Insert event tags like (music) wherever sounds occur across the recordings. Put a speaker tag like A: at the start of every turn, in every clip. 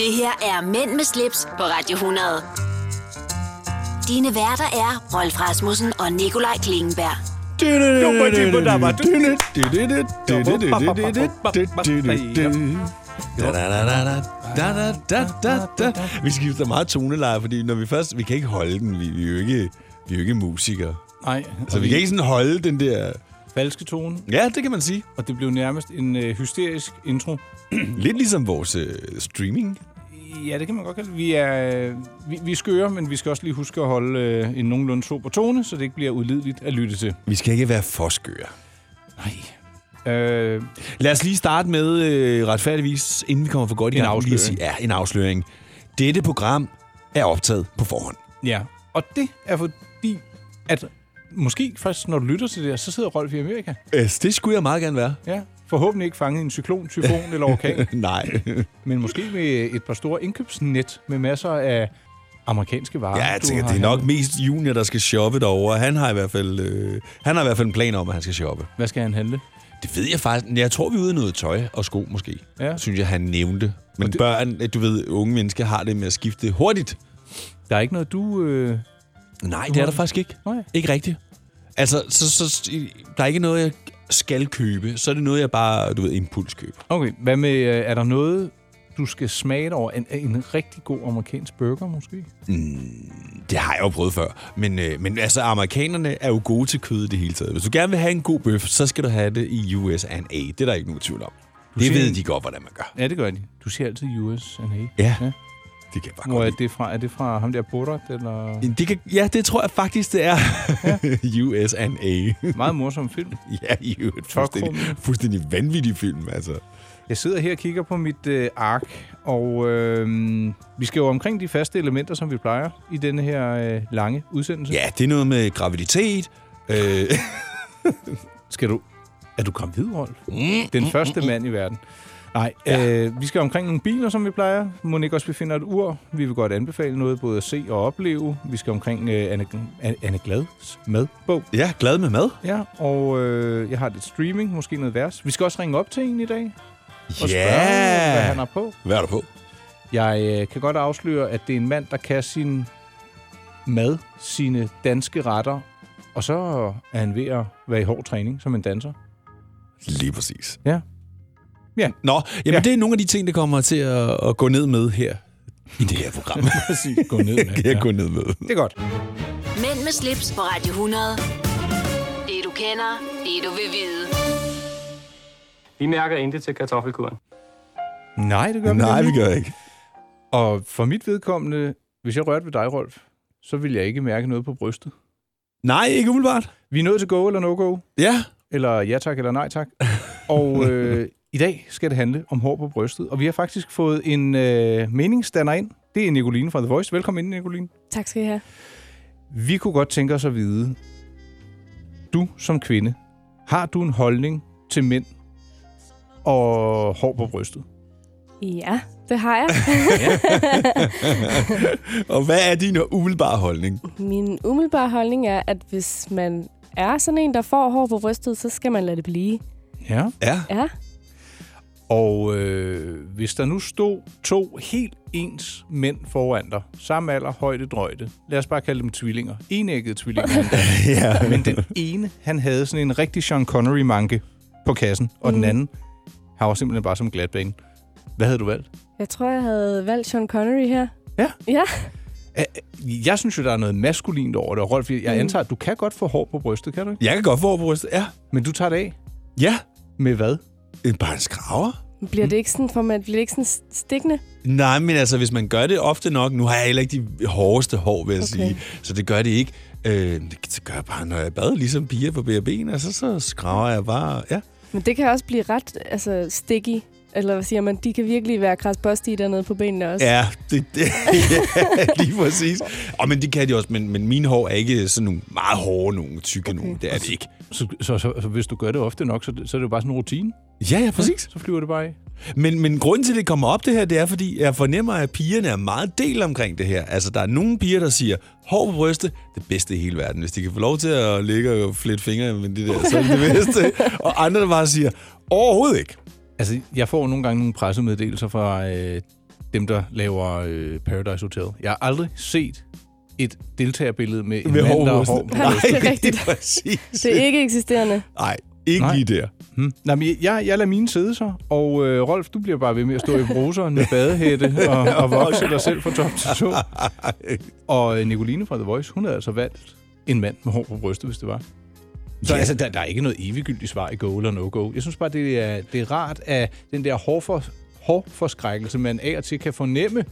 A: Det her er Mænd med slips på Radio 100. Dine værter er Rolf Rasmussen og Nikolaj Klingenberg.
B: Da, da, da, da, da, da, da, da, da, da. Vi skifter meget toneleje, fordi når vi først... Vi kan ikke holde den. Vi, vi, er, jo ikke, vi er jo ikke musikere.
C: Nej,
B: Så vi kan ikke sådan holde den der...
C: falske tone,
B: Ja, det kan man sige.
C: og det blev nærmest en øh, hysterisk intro.
B: Lidt ligesom vores øh, streaming.
C: Ja, det kan man godt kalde det. Vi er, øh, vi, vi er skøre, men vi skal også lige huske at holde øh, en nogenlunde sober tone, så det ikke bliver udlideligt at lytte til.
B: Vi skal ikke være for skøre.
C: Nej. Øh,
B: Lad os lige starte med, øh, retfærdigvis, inden vi kommer for godt i
C: En
B: gang, lige at sige,
C: afsløring.
B: ja, en afsløring. Dette program er optaget på forhånd.
C: ja, og det er fordi, at måske først når du lytter til det her, så sidder Rolf i Amerika.
B: Øh, det skulle jeg meget gerne være.
C: Ja, forhåbentlig ikke fanget i en cyklon, tyfon eller (laughs) orkan,
B: (laughs) Nej.
C: men måske med et par store indkøbsnet med masser af amerikanske varer.
B: ja, jeg
C: du
B: tænker,
C: har
B: det er nok
C: handlet.
B: mest Junior, der skal shoppe derovre. Han har i hvert fald, øh, han har i hvert fald en plan om, at han skal shoppe.
C: Hvad skal han handle?
B: Det ved jeg faktisk. Jeg tror, vi er ude i noget tøj og sko, måske.
C: Ja.
B: Synes jeg, han nævnte. Men det... børn, du ved, unge mennesker har det med at skifte hurtigt.
C: Der er ikke noget, du... Øh...
B: Nej, det er der faktisk ikke.
C: Nej.
B: Ikke rigtigt. Altså, så, så, der er ikke noget, jeg skal købe. Så er det noget, jeg bare, du ved, impulskøber.
C: Okay, hvad med... Øh, er der noget, du skal smage over? En, en rigtig god amerikansk burger, måske?
B: Det har jeg jo prøvet før. Men, øh, men altså, amerikanerne er jo gode til kød i det hele taget. Hvis du gerne vil have en god bøf, så skal du have det i USA. Det er der ikke nogen tvivl om. det
C: siger-
B: ved de godt, hvordan man gør.
C: Ja, det gør de. Du siger altid USA, ikke?
B: Ja,
C: Ja.
B: det kan jeg bare
C: Hvor
B: godt
C: er
B: lide.
C: det fra? Er det fra ham der Borat, eller...
B: det kan, ja, det tror jeg faktisk, det er. (laughs) Ja. USA.
C: Meget morsom film.
B: (laughs) ja, i øvrigt. Fuldstændig,
C: Tokrumme.
B: fuldstændig vanvittig film, altså.
C: Jeg sidder her og kigger på mit øh, ark, og øh, vi skal jo omkring de faste elementer, som vi plejer i denne her øh, lange udsendelse.
B: Ja, det er noget med graviditet. Øh,
C: Skal du... Er du gravid, Rolf? Den første mand i verden. Nej, øh, vi skal omkring nogle biler, som vi plejer. Må ikke også, vi finder et ur. Vi vil godt anbefale noget, både at se og opleve. Vi skal omkring øh, Anne, Anne- Anne Glads madbog.
B: ja, glad med mad.
C: Ja, og øh, jeg har lidt streaming, måske noget vers. Vi skal også ringe op til en i dag og spørge, øh, hvad han har på.
B: Hvad er du på?
C: Jeg øh, kan godt afsløre, at det er en mand, der kan sin mad, sine danske retter, og så er han ved at være i hård træning som en danser.
B: Lige præcis.
C: Ja. Ja.
B: Nå, jamen
C: Ja.
B: ja. det er nogle af de ting, der kommer til at, at gå ned med her i det her
C: (laughs)
B: program.
C: Præcis, gå ned med.
B: kan jeg gå ned med.
C: Det er godt.
A: Mænd med slips på Radio 100. Det du kender, det du vil vide.
D: Vi mærker intet til kartoffelkuren.
C: Nej, det gør
B: Nej,
C: vi
B: vi
C: ikke.
B: gør ikke.
C: Og for mit vedkommende, hvis jeg rørte ved dig, Rolf, så vil jeg ikke mærke noget på brystet.
B: Nej, ikke umiddelbart.
C: Vi er nået til go eller no-go,
B: Ja,
C: eller ja tak eller nej (laughs) tak. Og øh, i dag skal det handle om hår på brystet. Og vi har faktisk fået en øh, meningsstander ind. Det er Nicoline fra The Voice. Velkommen ind, Nicoline.
E: Tak skal I have.
C: Vi kunne godt tænke os at vide, du som kvinde, har du en holdning til mænd og hår på brystet?
E: Ja, det har jeg. (laughs)
B: og hvad er din umiddelbare holdning?
E: Min umiddelbare holdning er, at hvis man er sådan en, der får hår på brystet, så skal man lade det blive.
C: Ja.
B: Ja,
E: Ja,
C: Og øh, hvis der nu stod to helt ens mænd foran dig, samme alder, højde, drøjde, lad os bare kalde dem tvillinger, enæggede tvillinger,
B: (laughs)
C: (laughs)
B: ja.
C: men den ene, han havde sådan en rigtig Sean Connery-manke på kassen, og mm. den anden, han var simpelthen bare som glatbane. Hvad havde du valgt?
E: jeg tror, jeg havde valgt Sean Connery her.
C: Ja.
E: Ja,
C: Jeg synes jo, der er noget maskulint over det, og Rolf, jeg mm. antager, at du kan godt få hår på brystet, kan du ikke?
B: Jeg kan godt få hår på brystet. Ja.
C: Men du tager det af.
B: Ja.
C: Med hvad?
B: En bare en skraver?
E: bliver det ikke sådan, for man bliver det ikke sådan stikkende?
B: Nej, men altså, hvis man gør det ofte nok... Nu har jeg heller ikke de hårdeste hår, vil jeg okay.
E: Okay.
B: sige. Så det gør det ikke. Øh, det, det gør jeg bare, når jeg bader, ligesom piger på BRB'en. Altså, så skraver jeg bare... Ja.
E: Men det kan også blive ret altså, sticky. Eller hvad siger man? De kan virkelig være kraspostige dernede på benene også.
B: Ja, det, det, (laughs) ja lige præcis. Og men det kan de også, men, men mine hår er ikke sådan nogle meget hårde nogen, tykke okay. nogen. Det er det ikke.
C: Så, så, så, så hvis du gør det ofte nok, så, så er det jo bare sådan en rutine.
B: Ja, ja, præcis.
C: Så flyver det bare af.
B: Men, men grunden til, at det kommer op det her, det er, fordi jeg fornemmer, at pigerne er meget del omkring det her. Altså, der er nogle piger, der siger, hår på brystet, det bedste i hele verden. Hvis de kan få lov til at ligge og flette fingre med det der, så er det det
C: (laughs)
B: bedste. Og andre, der bare siger, overhovedet ikke.
C: Altså, jeg får nogle gange nogle pressemeddelelser fra øh, dem, der laver øh, Paradise Hotel. Jeg har aldrig set et deltagerbillede med en
B: Med
C: mand, der har
B: hårhovedet.
C: hår. på
E: Nej.
C: brystet.
E: det er rigtigt.
B: præcis.
E: Det er ikke eksisterende.
B: Nej, ikke
C: Nej.
B: lige der.
C: Hmm. Nej, men jeg, jeg lader mine sidde så, og øh, Rolf, du bliver bare ved med at stå i bruseren med (laughs) badehætte og, og vokse dig selv fra top til (laughs) to. Og øh, Nicoline fra The Voice, hun havde altså valgt en mand med hår på brystet, hvis det var. Så
B: Ja.
C: ja. altså, der, der er ikke noget eviggyldigt svar i go eller no-go. Jeg synes bare, det er, det er rart, at den der hårfor, hårforskrækkelse, man af og til kan fornemme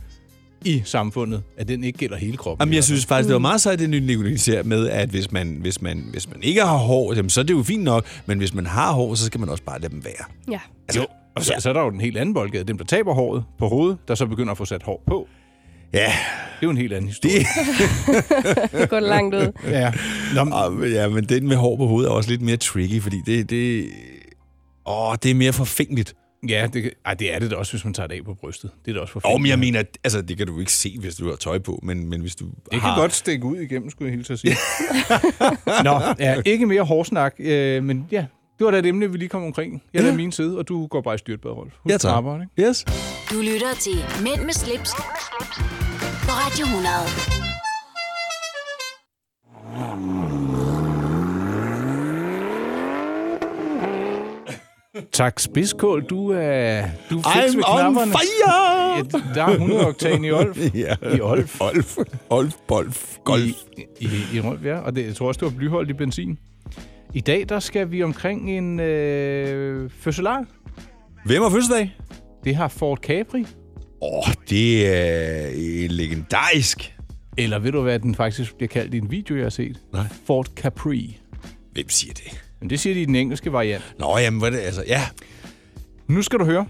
C: i samfundet, at den ikke gælder hele kroppen.
B: Jamen, jeg synes faktisk, det var meget sejt, det nye Nicoline ser med, at hvis man, hvis, man, hvis man ikke har hår, jamen, så er det jo fint nok, men hvis man har hår, så skal man også bare lade dem være.
E: Ja.
B: Altså,
C: Og så, ja. så er der jo den helt anden boldgade. Dem, der taber håret på hovedet, der så begynder at få sat hår på.
B: ja,
C: Det er jo en helt anden historie.
E: Det går langt ud.
C: Ja. Nå, men,
B: og, ja, men den med hår på hovedet er også lidt mere tricky, fordi det, det, åh, det er mere forfængeligt.
C: ja, det, kan- ej, det er det da også, hvis man tager det af på brystet. Det er da også for
B: Jo,
C: fint.
B: men jeg mener, altså, det kan du ikke se, hvis du har tøj på, men, men hvis du
C: Det kan
B: har...
C: godt stikke ud igennem, skulle jeg hilse at sige. (laughs) Nå, ja, ikke mere hårsnak, øh, men ja, det var da et emne, vi lige kom omkring. Jeg er ja. min side, og du går bare i styrtbad, Rolf. Husk
B: Ja, tak.
C: Arbejde, ikke?
B: Yes.
A: Du lytter til Mænd med slips, på Radio 100.
C: Tak, spidskål. Du er, du er fiks
B: I'm
C: ved
B: on
C: knapperne.
B: fire!
C: Ja, der er 100 oktan i (laughs) Olf.
B: (laughs) Ja.
C: I Olf.
B: Olf. Olf, bolf, golf.
C: I, i, i Rolf, ja. Og det, jeg tror også, det var blyholdt i benzin. I dag, der skal vi omkring en øh, fødselar.
B: Hvem har fødselsdag?
C: Det har Ford Capri.
B: Åh, oh, det er øh, legendarisk.
C: Eller ved du, hvad den faktisk bliver kaldt i en video, jeg har set?
B: Nej.
C: Ford Capri.
B: Hvem siger det?
C: Men det siger de i den engelske variant.
B: Nå, jamen, hvad er det? Altså, ja,
C: Nu skal du høre.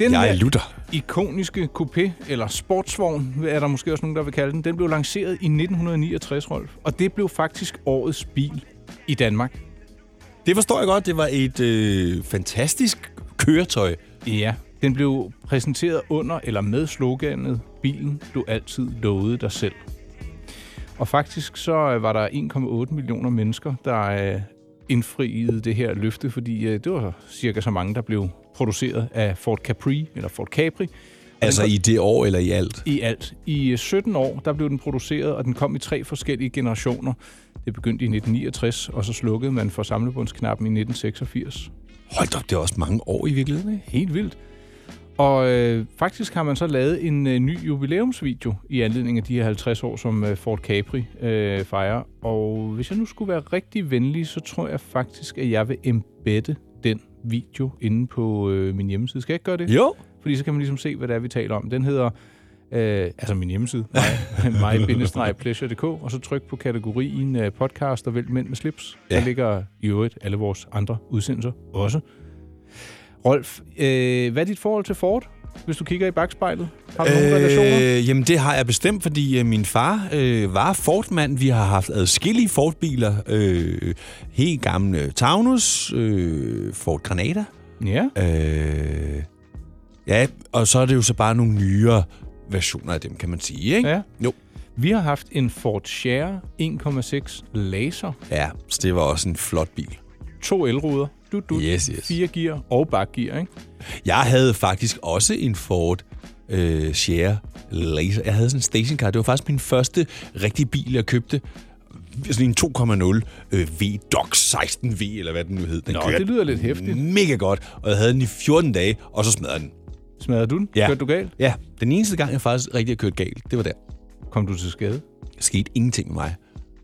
C: Den
B: jeg er
C: her
B: lutter.
C: ikoniske coupé, eller sportsvogn, er der måske også nogen, der vil kalde den, den blev lanceret i 1969, Rolf. Og det blev faktisk årets bil i Danmark.
B: Det forstår jeg godt. Det var et øh, fantastisk køretøj.
C: Ja, den blev præsenteret under eller med sloganet Bilen, du altid lovede dig selv. Og faktisk så øh, var der 1,8 millioner mennesker, der øh, indfriede det her løfte, fordi øh, det var cirka så mange, der blev produceret af Ford Capri, eller Ford Capri,
B: Altså i det år eller i alt.
C: i alt. I øh, 17 år, der blev den produceret, og den kom i tre forskellige generationer. Det begyndte i 1969, og så slukkede man for samlebåndsknappen i 1986.
B: Hold op, det er også mange år i virkeligheden, ikke?
C: Helt vildt. Og øh, faktisk har man så lavet en øh, ny jubilæumsvideo i anledning af de her 50 år, som øh, Ford Capri øh, fejrer. Og hvis jeg nu skulle være rigtig venlig, så tror jeg faktisk, at jeg vil embedde den video inde på øh, min hjemmeside. Skal jeg ikke gøre det?
B: Jo.
C: Fordi så kan man ligesom se, hvad det er, vi taler om. Den hedder, øh, altså min hjemmeside, (laughs) my- my-pleasure.dk, og så tryk på kategorien øh, podcast og vælg mænd med slips. Ja.
B: Ja.
C: Der ligger i øvrigt alle vores andre udsendelser også. Rolf, øh, hvad er dit forhold til Ford, hvis du kigger i bagspejlet? Har du øh, nogle relationer?
B: Øh, jamen, det har jeg bestemt, fordi øh, min far øh, var Ford-mand. Vi har haft adskillige Ford-biler. Øh, helt gamle Taunus, øh, Ford Granada.
C: Ja,
B: Øh, ja, og så er det jo så bare nogle nyere versioner af dem, kan man sige, ikke?
C: ja.
B: Jo.
C: Vi har haft en Ford Share 1,6 Laser,
B: Ja, så det var også en flot bil.
C: to elruder, du, du,
B: Yes, yes.
C: fire gear og bakgear, ikke?
B: Jeg havde faktisk også en Ford øh, Share Laser. Jeg havde sådan en stationcar. Det var faktisk min første rigtige bil, jeg købte. Sådan en 2,0 øh, V-Doc 16V, eller hvad den nu hed. Den
C: Nå,
B: kørte
C: det lyder lidt hæftigt.
B: Mega godt. Og jeg havde den i 14 dage, og så smadrede den.
C: Smadrede du den?
B: Ja.
C: Kørte du galt?
B: Ja, den eneste gang, jeg faktisk rigtig har kørt galt, det var der.
C: Kom du til skade?
B: Der skete ingenting med mig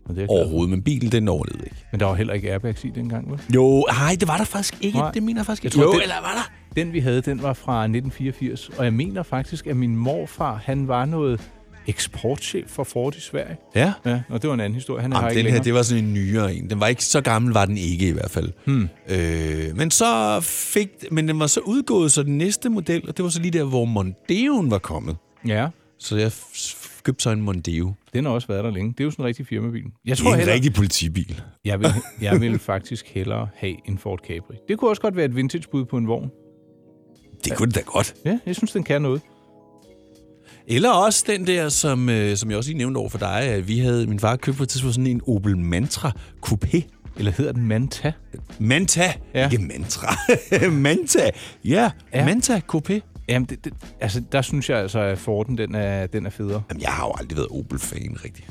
C: Og det er jeg glad for.
B: overhovedet, men bilen den overlevede ikke.
C: Men der var heller ikke airbags i dengang, vel?
B: Jo, nej, det var der faktisk ikke.
C: Nej.
B: Nej. Det mener jeg faktisk
C: Jeg
B: ikke.
C: tror,
B: jo,
C: det-
B: eller var der?
C: Den, vi havde, den var fra 1984, og jeg mener faktisk, at min morfar, han var noget eksportchef for Ford i Sverige.
B: Ja.
C: Ja, og det var en anden historie. Han er her
B: Jamen,
C: ikke
B: den her,
C: længere.
B: det var sådan en nyere en. Den var ikke så gammel, var den ikke i hvert fald. Hmm. Øh, men så fik... Men den var så udgået, så den næste model, og det var så lige der, hvor Mondeoen var kommet.
C: Ja,
B: Så jeg f- f- købte så en Mondeo.
C: den har også været der længe. Det er jo sådan en rigtig firmabil. Jeg
B: Det er
C: tror
B: en
C: heller,
B: rigtig politibil.
C: jeg vil, jeg vil (laughs) faktisk hellere have en Ford Capri. Det kunne også godt være et vintagebud på en vogn.
B: Det kunne det da godt.
C: Ja, jeg synes, den kan noget.
B: Eller også den der, som, øh, som jeg også lige nævnte over for dig, at vi havde, min far købte på et tidspunkt sådan en Opel Mantra Coupé.
C: Eller hedder den Manta?
B: Manta.
C: Ja.
B: Ja. Ikke Mantra. (laughs) Manta. Ja,
C: Ja.
B: ja, Manta Coupé.
C: Jamen, det, det, altså, der synes jeg altså, at Forden, den er, den er federe.
B: Jamen, jeg har jo aldrig været Opel-fan, rigtig.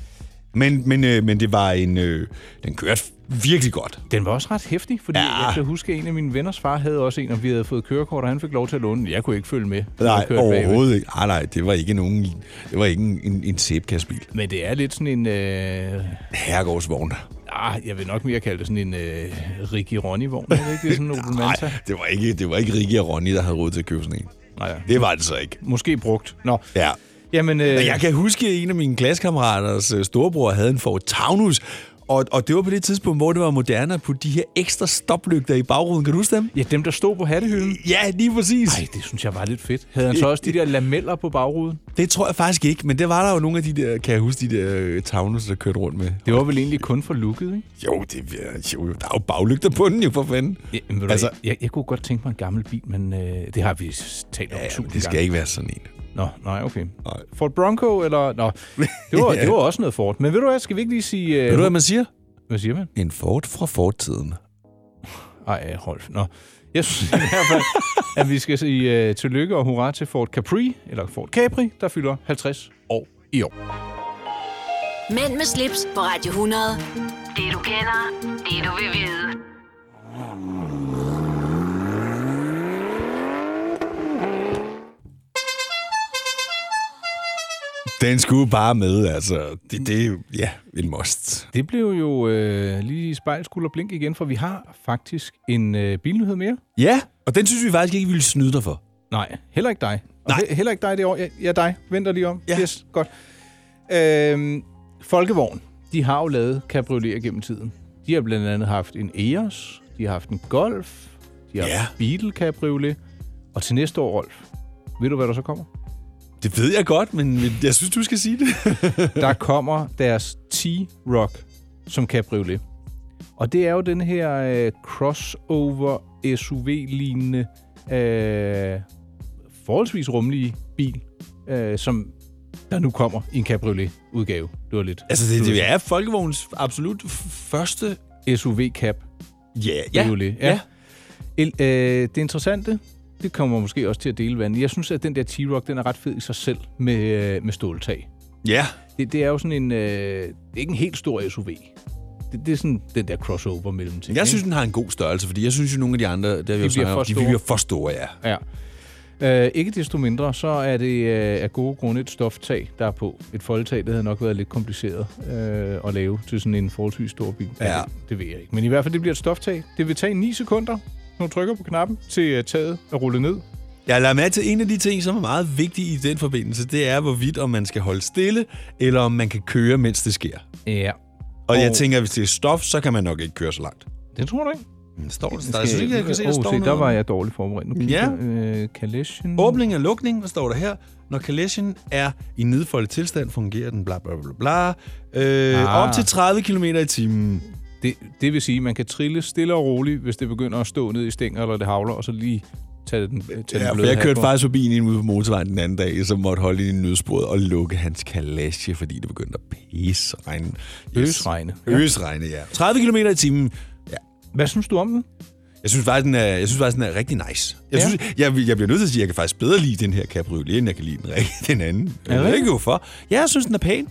B: Men, men, øh, men det var en... Øh, den kørte virkelig godt.
C: Den var også ret hæftig, fordi
B: Ja.
C: ja. jeg kan huske, at en af mine venners far havde også en, og vi havde fået kørekort, og han fik lov til at låne den. Jeg kunne ikke følge med. når jeg
B: Nej,
C: kørte bagved.
B: overhovedet ikke. Ah, Nej, nej, det var ikke, nogen, det var ikke en, en, en sæbekassebil.
C: Men det er lidt sådan en... Øh,
B: Herregårdsvogn.
C: ah, jeg vil nok mere kalde det sådan en øh, Ricky Ronny-vogn. Er det ikke? Det er
B: (laughs)
C: sådan en Opel
B: Nej,
C: Manta.
B: det var ikke, det var ikke Rikke og Ronny, der havde råd til at købe sådan en.
C: Nej,
B: Det var det så ikke.
C: måske brugt. Nå,
B: Ja.
C: jamen... Øh,
B: Men jeg kan huske, at en af mine klassekammeraters øh, storebror havde en Ford Taunus, og, og det var på det tidspunkt, hvor det var moderne at putte de her ekstra stoplygter i bagruden. Kan du huske dem?
C: Ja, dem, der stod på hattehylden.
B: Ja, lige præcis.
C: Nej, det synes jeg var lidt fedt. Havde han så også de der lameller på bagruden?
B: Det tror jeg faktisk ikke, men det var der jo nogle af de der, kan jeg huske, de der øh, Taunus, der kørte rundt med.
C: Det var vel egentlig kun for looket, ikke?
B: Jo, det, er- jo, jo, der er jo baglygter på den, jo for fanden.
C: Ja, men
B: Altså-
C: altså, jeg, jeg kunne godt tænke mig en gammel bil, men øh, det har vi s- talt om
B: Ja,
C: tusind
B: men det skal
C: gange.
B: ikke være sådan en.
C: Nå, nej, okay.
B: Nej.
C: Ford Bronco, eller... Nå, det
B: (laughs)
C: var,
B: Ja.
C: det var også noget Ford. Men ved du hvad, skal vi ikke lige sige... øh,
B: Ved du, hvad man siger?
C: hvad siger man?
B: En Ford fra fortiden.
C: Ej, øh, Rolf, nå. Jeg synes i hvert fald, at vi skal sige øh, tillykke og hurra til Ford Capri, eller Ford Capri, der fylder 50 år i år.
A: Mænd med slips på Radio 100. Det du kender, det du vil vide.
B: Den skulle bare med, altså. Det, det er jo, ja, en must.
C: Det blev jo øh, lige spejl, skulder, blink igen, for vi har faktisk en øh, bilnyhed mere.
B: Ja, og den synes vi faktisk ikke, vi ville snyde dig for.
C: Nej, heller ikke dig. Og
B: Nej.
C: he- Heller ikke dig det år. Ja, ja dig. Venter lige om.
B: Ja.
C: Yes, godt. Øhm, Folkevogn, de har jo lavet cabrioleter gennem tiden. De har blandt andet haft en Eos, de har haft en Golf, de har
B: Ja.
C: ja. haft Beetle Cabriolet, og til næste år, Rolf, ved du, hvad der så kommer?
B: Det ved jeg godt, men men jeg synes, du skal sige det.
C: Der kommer deres T-Rock som cabriolet. Og det er jo den her øh, crossover SUV-lignende, øh, forholdsvis rummelige bil, øh, som der nu kommer i en cabriolet-udgave. Det var lidt
B: altså, det, det er Folkevogns absolut første...
C: SUV-cap.
B: Ja,
C: Det er jo lidt- ja. El, øh, det interessante, det kommer måske også til at dele vandet. Jeg synes, at den der T-Rock, den er ret fed i sig selv med, øh, med ståltag.
B: Ja,
C: Det, det er jo sådan en... Øh, det er ikke en helt stor SUV. Det, det er sådan den der crossover mellem ting.
B: jeg
C: ikke?
B: synes, den har en god størrelse, fordi jeg synes jo, nogle af de andre, der vi de,
C: bliver
B: bliver om,
C: for
B: de
C: store.
B: bliver for store, ja.
C: Ja. Øh, ikke desto mindre, så er det øh, af gode grunde et stoftag, der er på. Et foldtag, det havde nok været lidt kompliceret øh, at lave til sådan en forholdsvis stor bil.
B: Ja.
C: Det, det ved jeg ikke. Men i hvert fald, det bliver et stoftag. Det vil tage 9 sekunder, når du trykker på knappen, til øh, taget at rulle ned.
B: Jeg lader mærke til en af de ting, som er meget vigtige i den forbindelse, det er, hvorvidt om man skal holde stille, eller om man kan køre, mens det sker.
C: Ja.
B: Og, jeg
C: Og-
B: tænker, hvis det er stof, så kan man nok ikke køre så langt.
C: Det tror du ikke?
B: Men står der? Der er sådan, jeg kan se, der
C: Åh,
B: står
C: se, der
B: noget.
C: var jeg dårligt forberedt. Nu kigger
B: Ja.
C: jeg. øh, Kaleschen.
B: Åbning og lukning, hvad står der her? Når kalechen er i nedfoldet tilstand, fungerer den bla bla bla bla. Øh,
C: Ah.
B: Op til 30 km i timen.
C: Det, det vil sige, at man kan trille stille og roligt, hvis det begynder at stå ned i stænger, eller det havler, og så lige tage den, øh, tage
B: Ja,
C: den
B: for
C: bløde
B: jeg
C: hat
B: kørte
C: på.
B: faktisk forbi en ude på motorvejen den anden dag, som måtte holde i en nødsporet og lukke hans kalache, fordi det begyndte at pisse og regne.
C: Øsregne.
B: Ja. Øsregne, ja. 30 km i timen. Ja.
C: Hvad synes du om den?
B: Jeg synes faktisk, den er, jeg synes faktisk, den er rigtig nice. Jeg,
C: Ja.
B: synes, jeg, jeg bliver nødt til at sige, at jeg kan faktisk bedre lide den her cabriolet, end jeg kan lide den, rigtig- (laughs) den anden.
C: Er
B: Jeg
C: det
B: ved ikke hvorfor. Ja, jeg synes, den er pæn.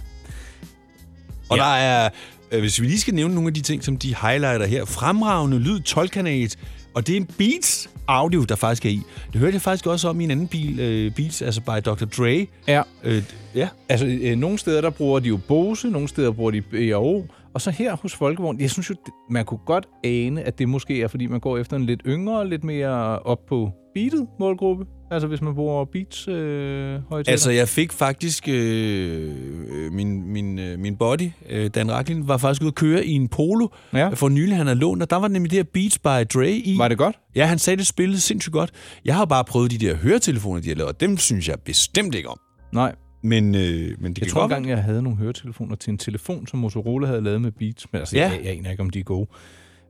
B: Og ja. der er, øh, hvis vi lige skal nævne nogle af de ting, som de highlighter her. Fremragende lyd, 12-kanal, og det er en Beats audio, der faktisk er i. Det hørte jeg faktisk også om i en anden bil, øh, Beats, altså by Dr. Dre.
C: Ja,
B: Øh, ja.
C: altså øh, nogle steder, der bruger de jo Bose, nogle steder bruger de B&O, og så her hos Folkevogn, jeg synes jo, det- man kunne godt ane, at det måske er, fordi man går efter en lidt yngre, lidt mere op på beatet målgruppe. Altså hvis man bruger beats øh, højtaler.
B: Altså, jeg fik faktisk... Øh, øh, min, min, øh, min buddy, øh, Dan Racklin, var faktisk ude at køre i en polo ja.
C: Ja.
B: for nylig, han har lånt, og der var nemlig det her Beats by Dre i.
C: Var det godt?
B: Ja, han sagde, det spillede sindssygt godt. Jeg har bare prøvet de der høretelefoner, de har lavet, og dem synes jeg bestemt ikke om.
C: Nej,
B: Men, øh, men det
C: jeg
B: kan
C: tror
B: godt
C: engang, jeg havde nogle høretelefoner til en telefon, som Motorola havde lavet med beats, men altså,
B: Ja.
C: ja. jeg, jeg aner ikke, om de er gode.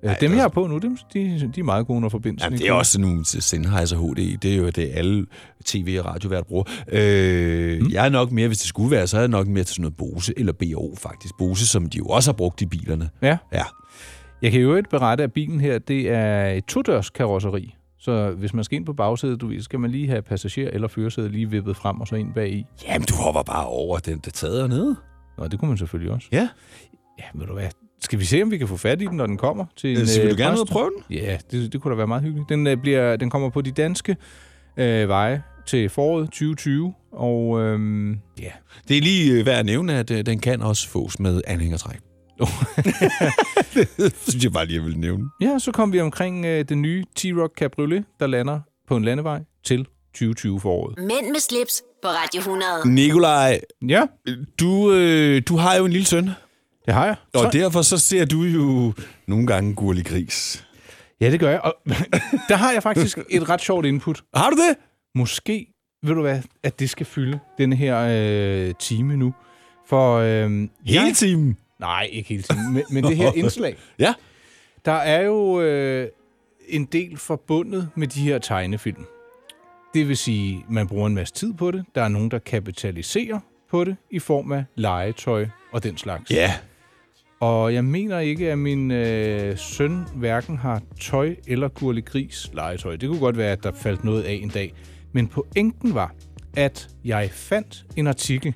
B: Nej,
C: Nej, dem,
B: det er
C: jeg har på nu, dem, de, de er meget gode, når forbindelsen
B: Jamen,
C: ikke
B: det er
C: er-
B: også sådan nogle Sennheiser HD. Det er jo det, alle tv- og radiovært bruger. Øh, mm. Jeg er nok mere, hvis det skulle være, så er jeg nok mere til sådan noget Bose eller BO faktisk. Bose, som de jo også har brugt i bilerne.
C: Ja.
B: Ja.
C: Jeg kan jo ikke berette, at bilen her, det er et todørs karosseri, Så hvis man skal ind på bagsædet, du ved, så skal man lige have passager eller førersædet lige vippet frem og så ind bagi.
B: Jamen, du hopper bare over den, der tager ned.
C: Nå, det kunne man selvfølgelig også.
B: Ja.
C: Ja, ved du hvad? Skal vi se, om vi kan få fat i den, når den kommer? Til en,
B: Så vil
C: øh,
B: du gerne ud og
C: præst?
B: prøve den?
C: Ja, det, det kunne da være meget hyggeligt. Den, øh, bliver, den kommer på de danske øh, veje til foråret 2020, og øhm, ja,
B: Det er lige øh, værd at nævne, at øh, den kan også fås med anhængertræk. (laughs) det synes jeg bare lige, jeg ville nævne.
C: Ja, så kom vi omkring øh, den nye T-Rock Cabriolet, der lander på en landevej til 2020 foråret.
A: Mænd med slips på Radio 100.
B: Nikolaj,
C: Ja,
B: du, øh, du har jo en lille søn,
C: det har jeg.
B: og
C: Så-
B: derfor så ser du jo nogle gange gurlig gris.
C: Ja, det gør jeg. Og (laughs) der har jeg faktisk et ret sjovt input.
B: Har du det?
C: Måske, ved du hvad, at det skal fylde den her øh, time nu. For øh,
B: Hele
C: jeg,
B: timen?
C: Nej, ikke hele timen, men, men det (laughs) her indslag.
B: Ja.
C: Der er jo øh, en del forbundet med de her tegnefilm. Det vil sige, man bruger en masse tid på det. Der er nogen, der kapitaliserer på det i form af legetøj og den slags.
B: Ja.
C: Og jeg mener ikke, at min øh, søn hverken har tøj eller gurlig gris legetøj. Det kunne godt være, at der faldt noget af en dag. Men pointen var, at jeg fandt en artikel,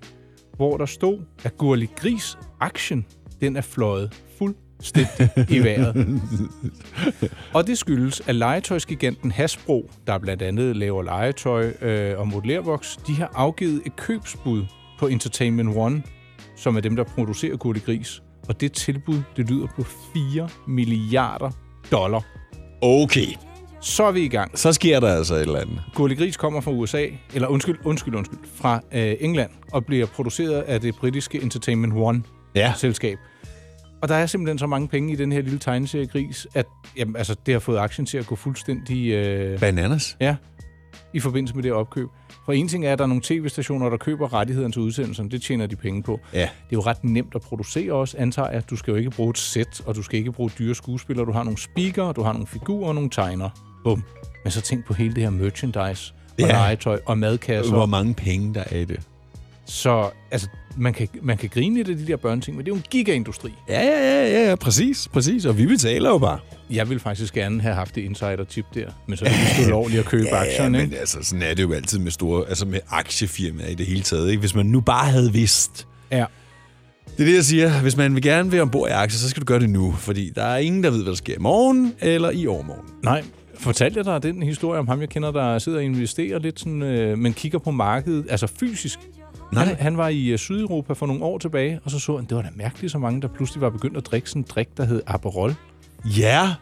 C: hvor der stod, at gurlig gris aktien den er fløjet fuldstændig i vejret. Og det skyldes, at legetøjsgiganten Hasbro, der blandt andet laver legetøj øh, og modellervoks, de har afgivet et købsbud på Entertainment One, som er dem, der producerer Gurli Gris. Og det tilbud, det lyder på 4 milliarder dollar.
B: Okay,
C: Så er vi i gang.
B: så sker der altså et eller andet.
C: Gurli Gris kommer fra USA, eller undskyld, undskyld, undskyld, fra øh, England, og bliver produceret af det britiske Entertainment One-selskab.
B: Ja.
C: Og der er simpelthen så mange penge i den her lille tegneserie Gris, at jamen, altså, det har fået aktien til at gå fuldstændig... Øh,
B: Bananas?
C: Ja, i forbindelse med det opkøb. For en ting er, at der er nogle tv-stationer, der køber rettigheden til udsendelsen. Det tjener de penge på.
B: Ja.
C: Det er jo ret nemt at producere også, antager jeg. Du skal jo ikke bruge et sæt, og du skal ikke bruge dyre skuespillere. Du har nogle speaker, du har nogle figurer og nogle tegner. Bum. Men så tænk på hele det her merchandise og
B: Ja.
C: ja. legetøj og madkasser.
B: Hvor mange penge der er i det?
C: Så altså, man, kan, man kan grine lidt af de der børneting, men det er jo en gigaindustri.
B: Ja, ja, ja, ja, ja, præcis, præcis. Og vi betaler jo bare.
C: Jeg ville faktisk gerne have haft det insider-tip der,
B: (laughs)
C: men så er det ulovligt at købe aktierne.
B: men
C: ikke?
B: altså, sådan er det jo altid med store, altså med aktiefirmaer i det hele taget. Ikke? Hvis man nu bare havde vidst.
C: Ja.
B: Det er det, jeg siger. Hvis man vil gerne vil ombord i aktier, så skal du gøre det nu. Fordi der er ingen, der ved, hvad der sker i morgen eller i overmorgen.
C: Nej, fortalte jeg dig den historie om ham, jeg kender, der sidder og investerer lidt, sådan, øh, men kigger på markedet, altså fysisk?
B: Nej.
C: Han, han var i øh, Sydeuropa for nogle år tilbage, og så så han, det var da mærkeligt så mange, der pludselig var begyndt at drikke sådan en drik, der hed Aperol.
B: Ja,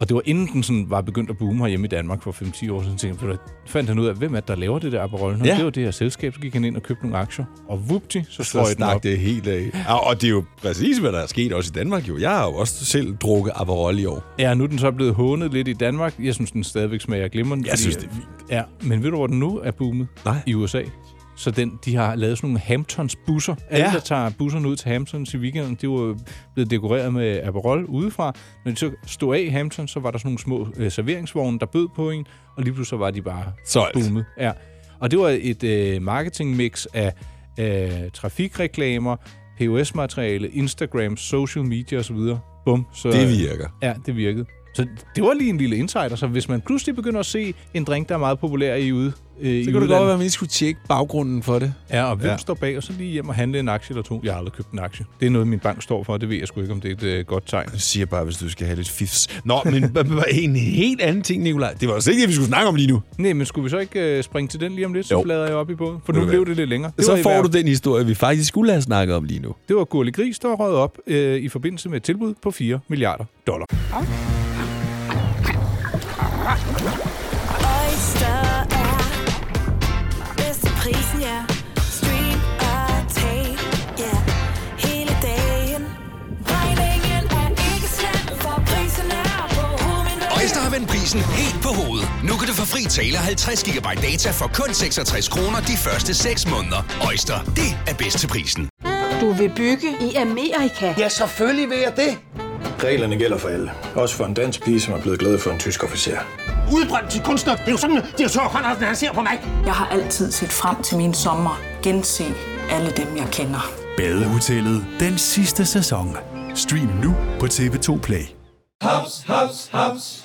C: Og det var inden den sådan var begyndt at boome herhjemme i Danmark for 5-10 år siden. Tænkte, jeg, ved du hvad, fandt han ud af, hvem er det, der laver det der Aperol? Nå,
B: Ja.
C: Det var det her selskab, så gik han ind og købte nogle aktier. Og vupti, så
B: så
C: strøg den op.
B: stak det helt af. Ja, Og det er jo præcis, hvad der er sket også i Danmark. Jo. Jeg har jo også selv drukket Aperol i år.
C: Ja, nu er den så blevet hånet lidt i Danmark. Jeg synes, den stadigvæk smager glimrende.
B: Jeg synes, det er fint.
C: Ja, men ved du, hvor den nu er boomet?
B: Nej.
C: I USA. Så den, de har lavet sådan nogle Hamptons busser. Alle,
B: Ja.
C: der tager busserne ud til Hamptons i weekenden, de var blevet dekoreret med Aperol udefra. Når de så stod af i Hamptons, så var der sådan nogle små øh, serveringsvogne, der bød på en, og lige pludselig så var de bare
B: Solgt.
C: boomet. Ja. Og det var et øh, marketingmix af øh, trafikreklamer, POS-materiale, Instagram, social media osv. Bum. Så,
B: Det virker.
C: Ja, det virkede. Så det var lige en lille insider. Så hvis man pludselig begynder at se en drink, der er meget populær i ude, øh, i
B: Så kan det godt
C: udlandet,
B: være, at man lige skulle tjekke baggrunden for det.
C: Ja, og hvem
B: Ja.
C: ja. står bag, og så lige hjem og handle en aktie eller to. Jeg har aldrig købt en aktie. Det er noget, min bank står for, og det ved jeg sgu ikke, om det er et øh, godt tegn.
B: Jeg siger bare, hvis du skal have lidt fifs. Nå, men (laughs) b- b- en helt anden ting, Nikolaj. Det var altså ikke det, vi skulle snakke om lige nu.
C: Nej, men skulle vi så ikke øh, springe til den lige om lidt, så
B: Jo.
C: bladrer jeg op i båden? For
B: Ved du
C: nu
B: hvad?
C: blev det lidt længere. Det
B: Så
C: var i
B: får
C: hvert-
B: du den historie, vi faktisk skulle have snakket om lige nu.
C: Det var Gurli Gris, der var røget op øh, i forbindelse med et tilbud på 4 milliarder dollar.
F: Oyster er bedst til prisen, ja. Stream og tag, ja. Hele dagen. Regningen er ikke slem, for prisen er på hovedet.
G: Øjster har vendt prisen helt på hovedet. Nu kan du få fri tale og 50 GB data for kun 66 kroner de første 6 måneder. Øjster, det er bedst til prisen.
H: Du vil bygge i Amerika?
I: Ja, selvfølgelig vil jeg det.
J: Reglerne gælder for alle. Også for en dansk pige, som er blevet glad for en tysk officer.
I: Udbrændt til kunstner. Det er jo sådan, at de har tørt, han ser på mig.
H: Jeg har altid set frem til min sommer. Gense alle dem, jeg kender.
K: Badehotellet den sidste sæson. Stream nu på TV2 Play.
L: Haps, haps, haps.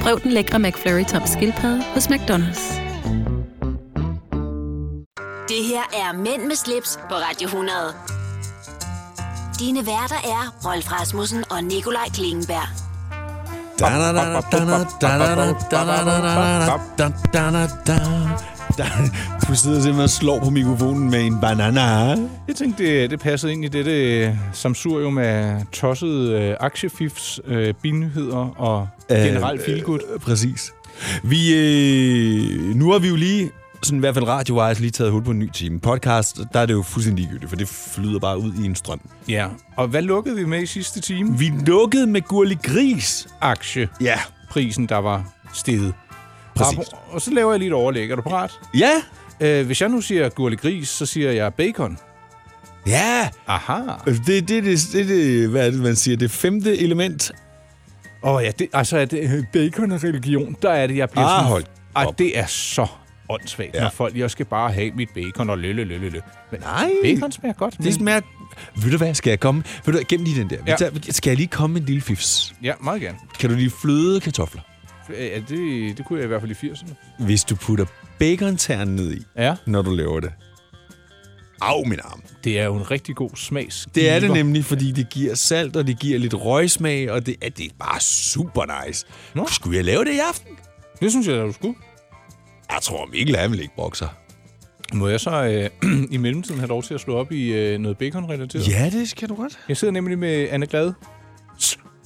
M: Prøv den lækre McFlurry tom skildpadde hos McDonald's.
A: Det her er Mænd med slips på Radio 100. Dine værter er Rolf Rasmussen og Nikolaj Klingenberg.
B: Du sidder simpelthen og slår på mikrofonen med en banana.
C: Jeg tænkte, det, det passede ind i dette øh, samsurium af tossede øh, aktiefifs, øh, binyheder og øh, generelt feelgood.
B: Øh, præcis. Vi, øh, nu har vi jo lige, sådan i hvert fald radio lige taget hul på en ny time. Podcast, der er det jo fuldstændig ligegyldigt, for det flyder bare ud i en strøm.
C: Ja, og hvad lukkede vi med i sidste time?
B: Vi lukkede med Gurli Gris.
C: Aktie.
B: Ja.
C: Prisen, der var steget.
B: Præcis.
C: Og, og så laver jeg lige et overlæg. Er du parat?
B: Ja.
C: Øh, hvis jeg nu siger Gurli Gris, så siger jeg bacon.
B: Ja!
C: Aha.
B: Det det, det, det, det, hvad er det, man siger, det femte element.
C: Åh oh, ja, det, altså er det bacon og religion, der er det, jeg bliver
B: Ah,
C: sådan...
B: hold
C: Ej, det er så åndssvagt, ja. når folk, jeg skal bare have mit bacon og lølle, lølle, lølle. Men
B: Nej.
C: bacon smager godt. men-
B: Det smager... Ved du hvad, skal jeg komme? Ved du, gem lige den der.
C: Ja.
B: Ja. Skal jeg lige komme med en lille fifs?
C: Ja, meget gerne.
B: Kan du lige fløde kartofler?
C: Ja, det, det kunne jeg i hvert fald i 80'erne.
B: Hvis du putter baconternen ned i,
C: ja.
B: når du laver det. Au, min arm.
C: Det er jo en rigtig god smags.
B: Det er det nemlig, fordi det giver salt, og det giver lidt røgsmag, og det er, det er bare super nice. Nå. Skulle jeg lave det i aften?
C: Det synes jeg, du skulle.
B: Jeg tror, Mikkel han vil ikke brokke sig.
C: Må jeg så øh, (clears throat) i mellemtiden have lov til at slå op i øh, noget bacon-relateret?
B: Ja, det skal du godt.
C: Jeg sidder nemlig med Anne Glad.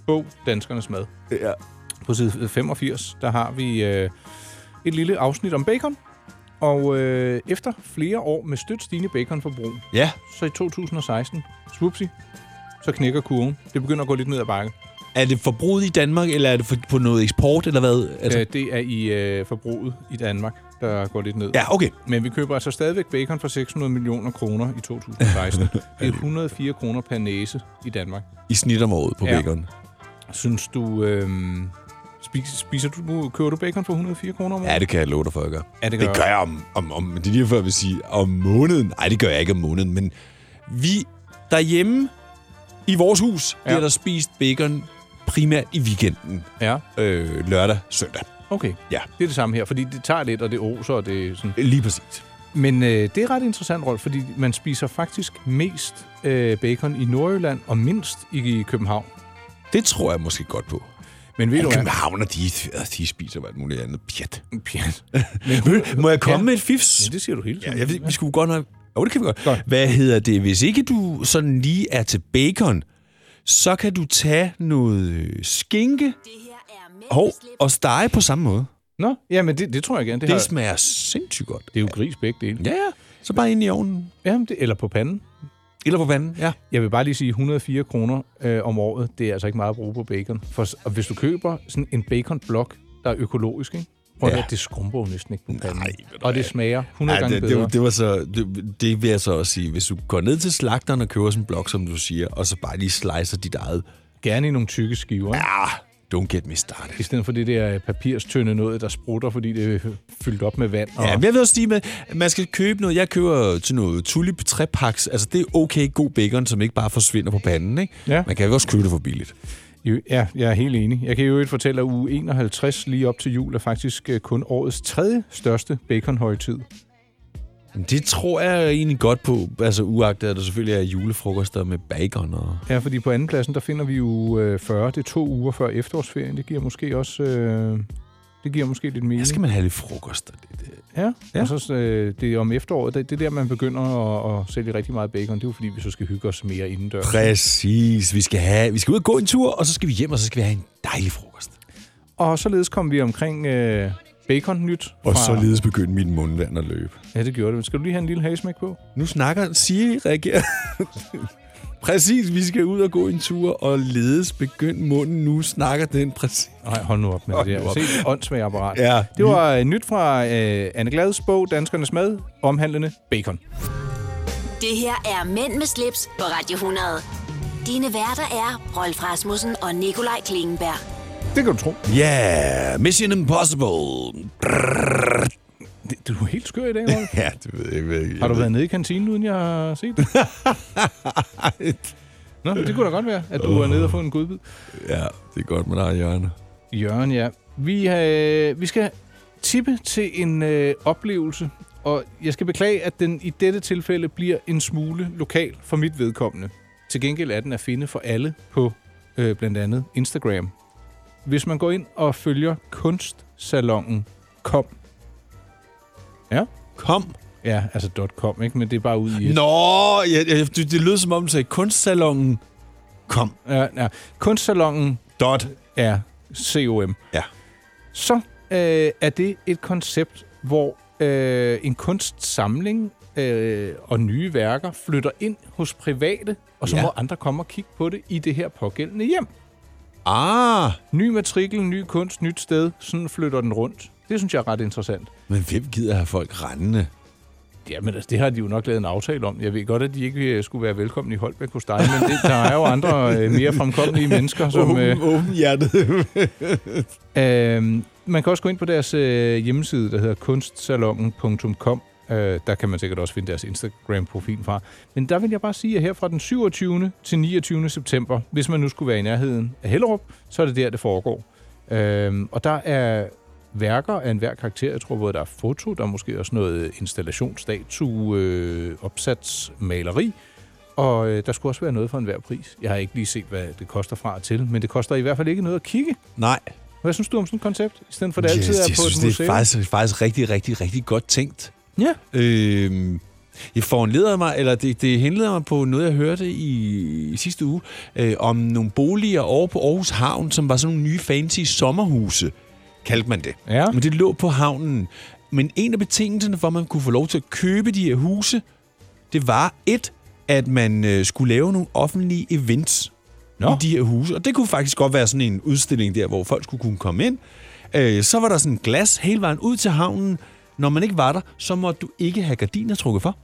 C: Bog Danskernes Mad.
B: Ja.
C: På side 85, der har vi øh, et lille afsnit om bacon. Og øh, efter flere år med stødt stigende baconforbrug,
B: Ja.
C: så i 2016, svupsi, så knækker kurven. Det begynder at gå lidt ned ad bakke.
B: Er det forbruget i Danmark, eller er det for, på noget eksport, eller hvad? Altså,
C: Øh, det er i øh, forbruget i Danmark, der går lidt ned.
B: Ja, okay.
C: Men vi køber altså stadigvæk bacon for 600 millioner kroner i
B: (laughs)
C: 2016. det er 104 kroner per næse i Danmark.
B: I snit om året på
C: Ja.
B: ja. bacon.
C: Synes du... Øh, spiser, spiser du, køber du bacon for 104 kroner om året?
B: Ja, det kan jeg love dig for, at jeg gør.
C: Ja, det gør
B: det
C: jeg.
B: gør jeg om, om, om det er lige før, jeg vil sige, om måneden. Nej, det gør jeg ikke om måneden, men vi derhjemme i vores hus, ja. bliver der spist bacon primært i weekenden.
C: Ja.
B: Øh, lørdag, søndag.
C: Okay,
B: Ja.
C: det er det samme her, fordi det tager lidt, og det oser, og det er sådan...
B: Lige præcis.
C: Men øh, det er ret interessant, Rolf, fordi man spiser faktisk mest øh, bacon i Nordjylland, og mindst i København.
B: Det tror jeg måske godt på.
C: Men ved
B: Men
C: du hvad?
B: Københavner, de, altså, de spiser alt muligt andet. Pjat.
C: Pjat.
B: Men, må jeg komme ja. med et fifs?
C: Ja, det siger du hele tiden.
B: Ja, jeg ved, vi skulle godt nok... Jo, det kan vi godt. godt. Hvad hedder det? Hvis ikke du sådan lige er til bacon, så kan du tage noget øh, skinke hov, og stege på samme måde.
C: Nå, ja, men det, det tror jeg gerne. Det,
B: Det
C: har-
B: smager sindssygt godt.
C: Det er jo gris begge dele.
B: Ja, ja. Så bare ind i ovnen.
C: Jamen, det, eller på panden.
B: Eller på panden, ja.
C: Jeg vil bare lige sige, 104 kroner øh, om året, det er altså ikke meget at bruge på bacon. For, s- og hvis du køber sådan en baconblok, der er økologisk, ikke? Prøv at
B: Ja.
C: høre, det skrumper jo næsten ikke på panden. Nej, og det smager 100
B: Ej,
C: gange
B: det, det,
C: bedre.
B: var- det, var så, det, det vil jeg så også sige. Hvis du går ned til slagteren og køber sådan en blok, som du siger, og så bare lige slicer dit eget.
C: Gerne i nogle tykke skiver.
B: Ja, don't get me started.
C: I stedet for det der øh, papirstynde noget, der sprutter, fordi det er fyldt op med vand. Og,
B: Ja, men jeg vil også sige, med, at man skal købe noget. Jeg køber til noget tulip trepaks. Altså, det er okay god bacon, som ikke bare forsvinder på panden, ikke?
C: Ja.
B: Man kan jo også købe det for billigt.
C: Jo, Ja, jeg er helt enig. Jeg kan jo øvrigt fortælle, at uge 51 lige op til jul er faktisk øh, kun årets tredje største baconhøjtid.
B: Men Det tror jeg egentlig godt på, altså uagtet, at der selvfølgelig er julefrokoster med bacon og...
C: Ja, fordi på anden pladsen, der finder vi jo øh, 40. Det er to uger før efterårsferien. Det giver måske også... Øh, det giver måske lidt mere. Ja, skal
B: man have lidt frokost.
C: Ja, ja. og så øh, det er om efteråret. Det, det er der, man begynder at, at sælge rigtig meget bacon. Det er jo fordi, vi så skal hygge os mere indendørs.
B: Præcis. Vi skal, have, vi skal ud og gå en tur, og så skal vi hjem, og så skal vi have en dejlig frokost.
C: Og således kom vi omkring øh, bacon-nyt.
B: Og
C: fra-
B: således begyndte min mundvand at løbe.
C: Ja, det gjorde det. Men Skal du lige have en lille hagesmæk på?
B: Nu snakker Siri reagerer. Præcis, vi skal ud og gå en tur og ledes. Begynd munden nu, snakker den præcis.
C: Nej, hold nu op med det der. Se, åndssvagt apparat.
B: Ja.
C: Det var øh, nyt fra øh, Anne Glads bog, Danskernes Mad, omhandlende bacon.
A: Det her er Mænd med slips på Radio 100. Dine værter er Rolf Rasmussen og Nikolaj Klingenberg.
C: Det kan du tro.
B: Yeah, Mission Impossible.
C: Det, du er helt skør i dag, Rolf.
B: Ja, det ved jeg ikke. hvad jeg-
C: Har du været nede i kantinen, uden jeg har set
B: (laughs)
C: det? Nå, det kunne da godt være, at du var nede og få en godbid.
B: Ja, det er godt, man har hjørne.
C: Jørgen, ja. Vi, øh, vi skal tippe til en øh, oplevelse, og jeg skal beklage, at den i dette tilfælde bliver en smule lokal for mit vedkommende. Til gengæld er den at finde for alle på øh, blandt andet Instagram. Hvis man går ind og følger kunstsalongen Kom. Ja.
B: Kom?
C: Ja, altså .com, ikke? Men det er bare ud i... et.
B: Nå, jeg, jeg, det, det lød som om, du sagde kunstsalongen. Kom.
C: Ja, ja. Kunstsalongen
B: Dot.
C: Ja, COM.
B: Ja.
C: Så øh, er det et koncept, hvor øh, en kunstsamling øh, og nye værker flytter ind hos private, og så
B: Ja.
C: ja. må andre komme og kigge på det i det her pågældende hjem.
B: Ah.
C: Ny matrikel, ny kunst, nyt sted. Sådan flytter den rundt. Det synes jeg er ret interessant.
B: Men hvem gider have folk rendende?
C: Jamen, altså, det har de jo nok lavet en aftale om. Jeg ved godt, at de ikke øh, skulle være velkommen i Holbæk hos dig, men det, der er jo andre øh, mere fremkommelige mennesker,
B: (laughs)
C: som... Øh,
B: Åben, åben hjertet.
C: Øhm, man kan også gå ind på deres øh, hjemmeside, der hedder kunstsalongen.com. Øh, der kan man sikkert også finde deres Instagram-profil fra. Men der vil jeg bare sige, at her fra den 27. til 29. september, hvis man nu skulle være i nærheden af Hellerup, så er det der, det foregår. Øhm, og der er værker af enhver karakter. Jeg tror både, der er foto, der er måske også noget installationsstatue, øh, opsats, maleri. Og øh, der skulle også være noget for enhver pris. Jeg har ikke lige set, hvad det koster fra og til, men det koster i hvert fald ikke noget at kigge.
B: Nej.
C: Hvad synes du om sådan et koncept, i stedet for at det altid
B: jeg,
C: er
B: jeg
C: på
B: synes,
C: et
B: det er
C: museum?
B: faktisk, faktisk rigtig, rigtig, rigtig godt tænkt.
C: Ja.
B: Øhm, jeg foranleder mig, eller det, det henleder mig på noget, jeg hørte i, i sidste uge, øh, om nogle boliger over på Aarhus Havn, som var sådan nogle nye fancy sommerhuse, kaldte man det.
C: Ja.
B: Men det lå på havnen. Men en af betingelserne for, at man kunne få lov til at købe de her huse, det var et, at man øh, skulle lave nogle offentlige events Nå. i de her huse. Og det kunne faktisk godt være sådan en udstilling der, hvor folk skulle kunne komme ind. Øh, så var der sådan glas hele vejen ud til havnen. Når man ikke var der, så måtte du ikke have gardiner trukket for.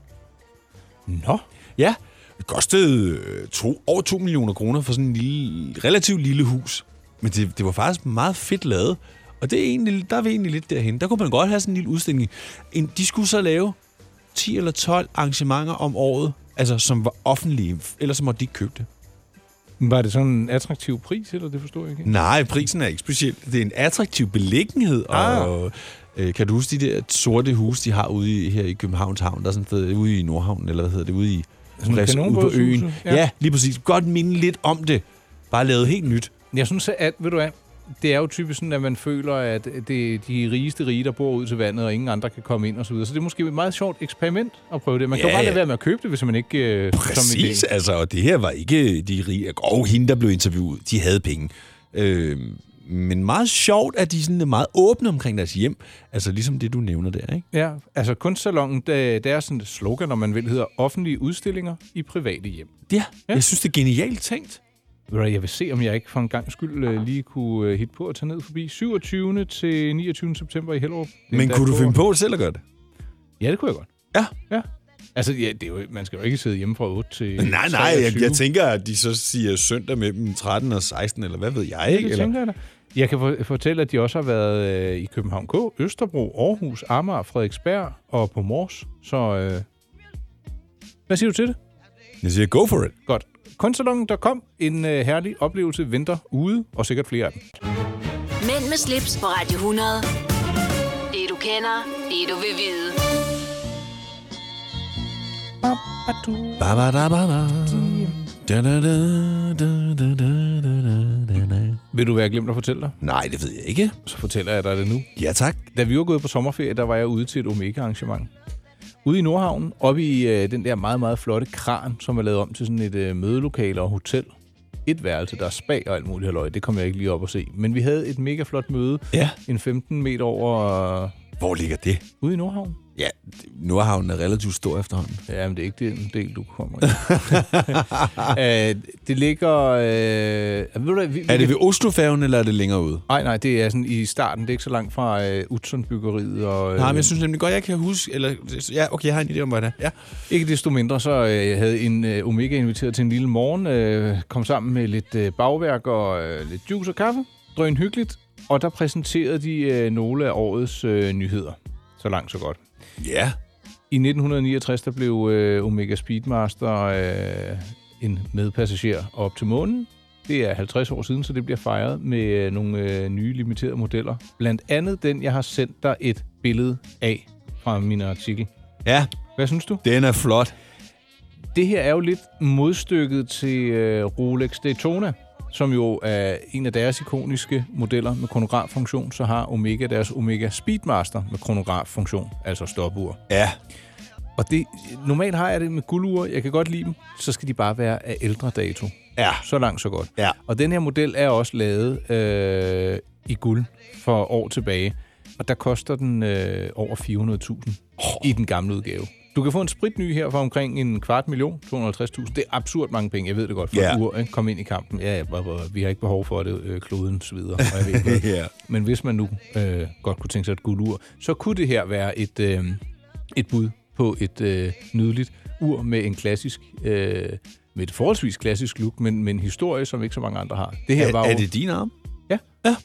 C: Nå.
B: Ja, det kostede øh, to, over 2 millioner kroner for sådan en lille, relativt lille hus. Men det, det var faktisk meget fedt lavet. Og det er egentlig, der er vi egentlig lidt derhen. Der kunne man godt have sådan en lille udstilling. En, de skulle så lave 10 eller 12 arrangementer om året, altså som var offentlige, ellers måtte de ikke købe det.
C: Var det sådan en attraktiv pris, eller det forstår jeg ikke?
B: Nej, prisen er ikke speciel. Det er en attraktiv beliggenhed, ah. og øh, kan du huske de der sorte huse, de har ude i, her i Københavns Havn? Der er sådan et sted ude i Nordhavn, eller hvad hedder det, ude i
C: Sådan
B: Frisk, ude på
C: kanonbådshuse,
B: øen.
C: ja.
B: Ja. ja, lige præcis. Godt minde lidt om det. Bare lavet helt nyt.
C: Jeg synes, at ved du hvad, det er jo typisk sådan, at man føler, at det er de rigeste rige, der bor ud til vandet, og ingen andre kan komme ind og Så, videre. så det er måske et meget sjovt eksperiment at prøve det. Man kan
B: Ja,
C: jo bare
B: ja.
C: lade være med at købe det, hvis man ikke... Øh,
B: Præcis,
C: Som idé.
B: altså. Og det her var ikke de rige. Og hende, der blev interviewet, de havde penge. Øh, men meget sjovt, at de sådan er meget åbne omkring deres hjem. Altså ligesom det, du nævner der, ikke?
C: Ja, altså kunstsalongen, der, der er sådan et slogan, når man vil, hedder offentlige udstillinger i private hjem.
B: Ja, ja. jeg synes, det er genialt tænkt.
C: Ved du hvad, Jeg vil se, om jeg ikke for en gang skyld øh, lige kunne øh, hitte på at tage ned forbi 27. til 29. september i Hellerup. Det er
B: Men
C: endda
B: kunne du
C: på-
B: finde på selv at gøre det?
C: Ja, det kunne jeg godt.
B: Ja.
C: Ja. Altså, ja, det er jo, man skal jo ikke sidde hjemme fra 8
B: (laughs)
C: til
B: Nej, nej, jeg,
C: 23.
B: jeg tænker, at de så siger søndag mellem 13 og 16, eller hvad ved jeg,
C: Ja,
B: ikke?
C: det
B: eller?
C: tænker jeg da. Jeg kan for- fortælle, at de også har været øh, i København K, Østerbro, Aarhus, Amager, Frederiksberg og på Mors. Så øh, hvad siger du til det?
B: Jeg siger, go for it.
C: Godt. Kunstsalongen.com. En øh, herlig oplevelse venter ude, og sikkert flere af dem.
A: Mænd med slips på Radio 100. Det du kender, det du vil vide.
B: Ba, ba, da, ba, ba. Da, da, da, da, da, da, da, da, da, da.
C: Vil du være glemt at fortælle dig?
B: Nej, det ved jeg ikke.
C: Så fortæller jeg dig det nu.
B: Ja, tak.
C: Da vi var gået på sommerferie, der var jeg ude til et Omega-arrangement. Ude i Nordhavn, oppe i øh, den der meget, meget flotte kran, som er lavet om til sådan et øh, mødelokale og hotel. Et værelse, der er spa og alt muligt halløj. Det kom jeg ikke lige op og se. Men vi havde et mega flot møde.
B: Ja.
C: En 15 meter over... øh,
B: Hvor ligger det?
C: Ude i Nordhavn.
B: Ja, Nordhavnen er relativt stor (laughs) efterhånden.
C: Ja, men det er ikke den del, du
B: (laughs)
C: kommer i. øh, det ligger... Øh, ved du, hvad, vi, vi
B: Er det
C: kan-
B: ved Oslofærgen, eller er det længere ude?
C: Nej, nej, det er sådan i starten. Det er ikke så langt fra øh, Utzon-byggeriet. Og, øh,
B: Nej, men jeg synes nemlig godt, jeg kan huske... Eller, ja, okay, jeg har en idé om, hvad det er. Ja.
C: Ikke desto mindre, så øh, havde en øh, Omega inviteret til en lille morgen, øh, kom sammen med lidt øh, bagværk og øh, lidt juice og kaffe. Drøn hyggeligt. Og der præsenterede de øh, nogle af årets øh, nyheder. Så langt, så godt.
B: Ja.
C: I 1969 der blev øh, Omega Speedmaster øh, en medpassager op til månen. Det er 50 år siden, så det bliver fejret med øh, nogle øh, nye limiterede modeller. Blandt andet den, jeg har sendt dig et billede af fra min artikel.
B: Ja.
C: Hvad synes du?
B: Den er flot.
C: Det her er jo lidt modstykket til øh, Rolex Daytona, som jo er en af deres ikoniske modeller med kronograffunktion. Så har Omega deres Omega Speedmaster med kronograffunktion, altså stopur.
B: Ja.
C: Og det, normalt har jeg det med guldure, jeg kan godt lide dem, så skal de bare være af ældre dato.
B: Ja.
C: Så langt, så godt.
B: Ja.
C: Og den her model er også lavet øh, i guld for år tilbage, og der koster den øh, over 400.000 i den gamle udgave. Du kan få en spritny her for omkring en kvart million, 250.000. Det er absurd mange penge, jeg ved det godt, for
B: Ja.
C: yeah. ur, ikke? kom ind i kampen. Ja, ja, hvor- hvor- vi har ikke behov for det, øh, kloden svider, og jeg ved ikke
B: (laughs)
C: hvad.
B: Ja.
C: Men hvis man nu øh, godt kunne tænke sig et guldur, så kunne det her være et, øh, et bud på et øh, nydeligt ur med en klassisk, øh, med et forholdsvis klassisk look, men med en historie, som ikke så mange andre har. Det her
B: Er-
C: var
B: er
C: jo,
B: det din arm?
C: Ja. ja.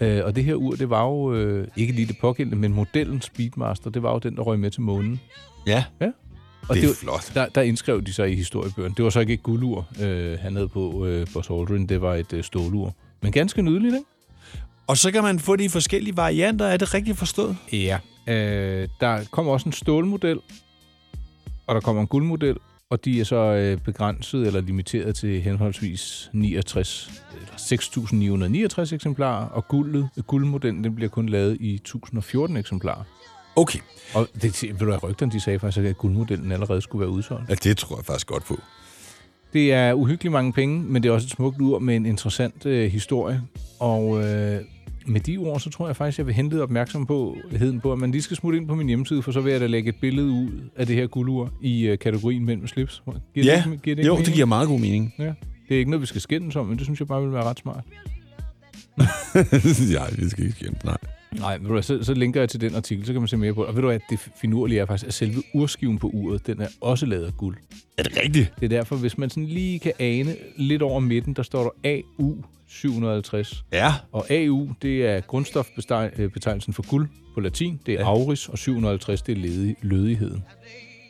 C: Øh, og det her ur, det var jo øh, ikke lige det pågældende, men modellen Speedmaster, det var jo den, der røg med til månen.
B: Ja.
C: ja.
B: Det er
C: var-
B: flot.
C: Der, der indskrev de sig i historiebøgerne. Det var så ikke et guldur, øh, han havde på øh, Buzz Aldrin. Det var et øh, stålur. Men ganske nydeligt, ikke?
B: Og så kan man få de forskellige varianter. Er det rigtigt forstået?
C: Ja. Øh, der kommer også en stålmodel, og der kommer en guldmodel, og de er så øh, begrænset eller limiteret til henholdsvis 69 eller 6.969 eksemplarer, og guldet, guldmodellen den bliver kun lavet i 1014 eksemplarer.
B: Okay.
C: Og det ved du, at rygterne de sagde faktisk, at guldmodellen allerede skulle være udsolgt.
B: Ja, det tror jeg faktisk godt på.
C: Det er uhyggeligt mange penge, men det er også et smukt ur med en interessant øh, historie. Og øh, med de ord, så tror jeg faktisk, jeg vil henlede opmærksomheden på, at man lige skal smutte ind på min hjemmeside, for så vil jeg da lægge et billede ud af det her guldur i øh, kategorien mænd med slips. Giver det
B: ja.
C: ikke-
B: det
C: ikke
B: jo, det
C: mening?
B: giver meget god mening.
C: Ja. Det er ikke noget, vi skal skændes om, men det synes jeg bare ville være ret smart.
B: (laughs) ja, vi skal ikke skændes, nej.
C: Nej, ved du hvad, så, så linker jeg til den artikel, så kan man se mere på det. Og ved du at det finurlige er faktisk, at selve urskiven på uret, den er også lavet af guld.
B: Er det rigtigt?
C: Det er derfor, hvis man sådan lige kan ane lidt over midten, der står der AU 750.
B: Ja.
C: Og AU, det er grundstofbetegnelsen for guld på latin. Det er ja. auris, og 750, det er ledig, lødigheden.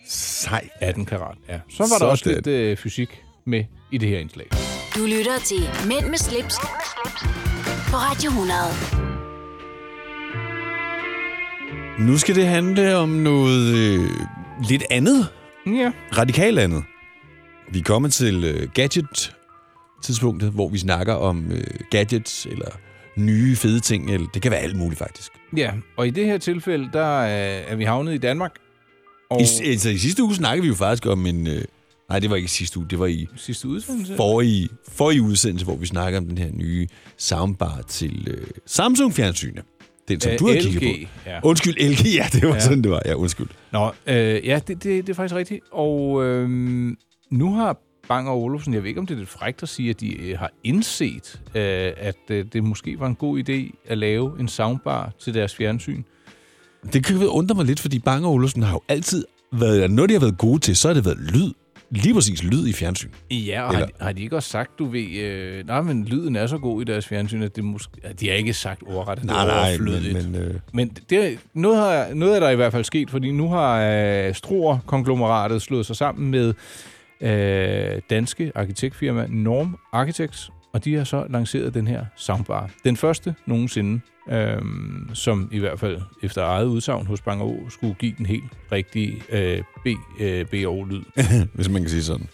B: Sejt.
C: 18 karat, ja. Så var der også
B: Sådan.
C: lidt øh, fysik med i det her indslag.
A: Du lytter til Mænd med slips, på Radio 100.
B: Nu skal det handle om noget øh, lidt andet.
C: Ja.
B: Radikalt andet. Vi er kommet til øh, gadget-tidspunktet, hvor vi snakker om øh, gadgets eller nye fede ting. Eller, det kan være alt muligt, faktisk.
C: Ja, og i det her tilfælde, der øh, er vi havnet i Danmark. Og
B: I, altså, I sidste uge snakkede vi jo faktisk om en... Øh, nej, det var ikke i sidste uge, det var i
C: sidste udsendelse.
B: forrige, forrige udsendelse, hvor vi snakkede om den her nye soundbar til øh, Samsung-fjernsynet. Den, som
C: Øh,
B: du har
C: LG,
B: kigget på.
C: ja.
B: Undskyld, LG. Ja, det var
C: Ja.
B: ja. sådan, det var. Ja, undskyld.
C: Nå, øh, ja, det, det, det er faktisk rigtigt. Og øh, nu har Bang og Olufsen, jeg ved ikke, om det er lidt frækt at sige, at de øh, har indset, øh, at øh, det måske var en god idé at lave en soundbar til deres fjernsyn.
B: Det kan undre mig lidt, fordi Bang og Olufsen har jo altid været... Når de har været gode til, så har det været lyd. Lige præcis lyd i fjernsyn.
C: Ja, og har,
B: Eller-
C: de- har de ikke også sagt, du ved... Øh, nej, men lyden er så god i deres fjernsyn, at det måske, at de har ikke sagt ordret, at
B: Nej,
C: det er
B: nej,
C: overflødigt.
B: men- men, øh,
C: Men det, er- noget, har, noget er der i hvert fald sket, fordi nu har øh, Struer-konglomeratet slået sig sammen med øh, danske arkitektfirma Norm Architects, og de har så lanceret den her soundbar. Den første nogensinde, øh, som i hvert fald efter eget udsagn hos Bang O, skulle give den helt rigtige øh, B, øh, BO-lyd.
B: Hvis man kan sige sådan.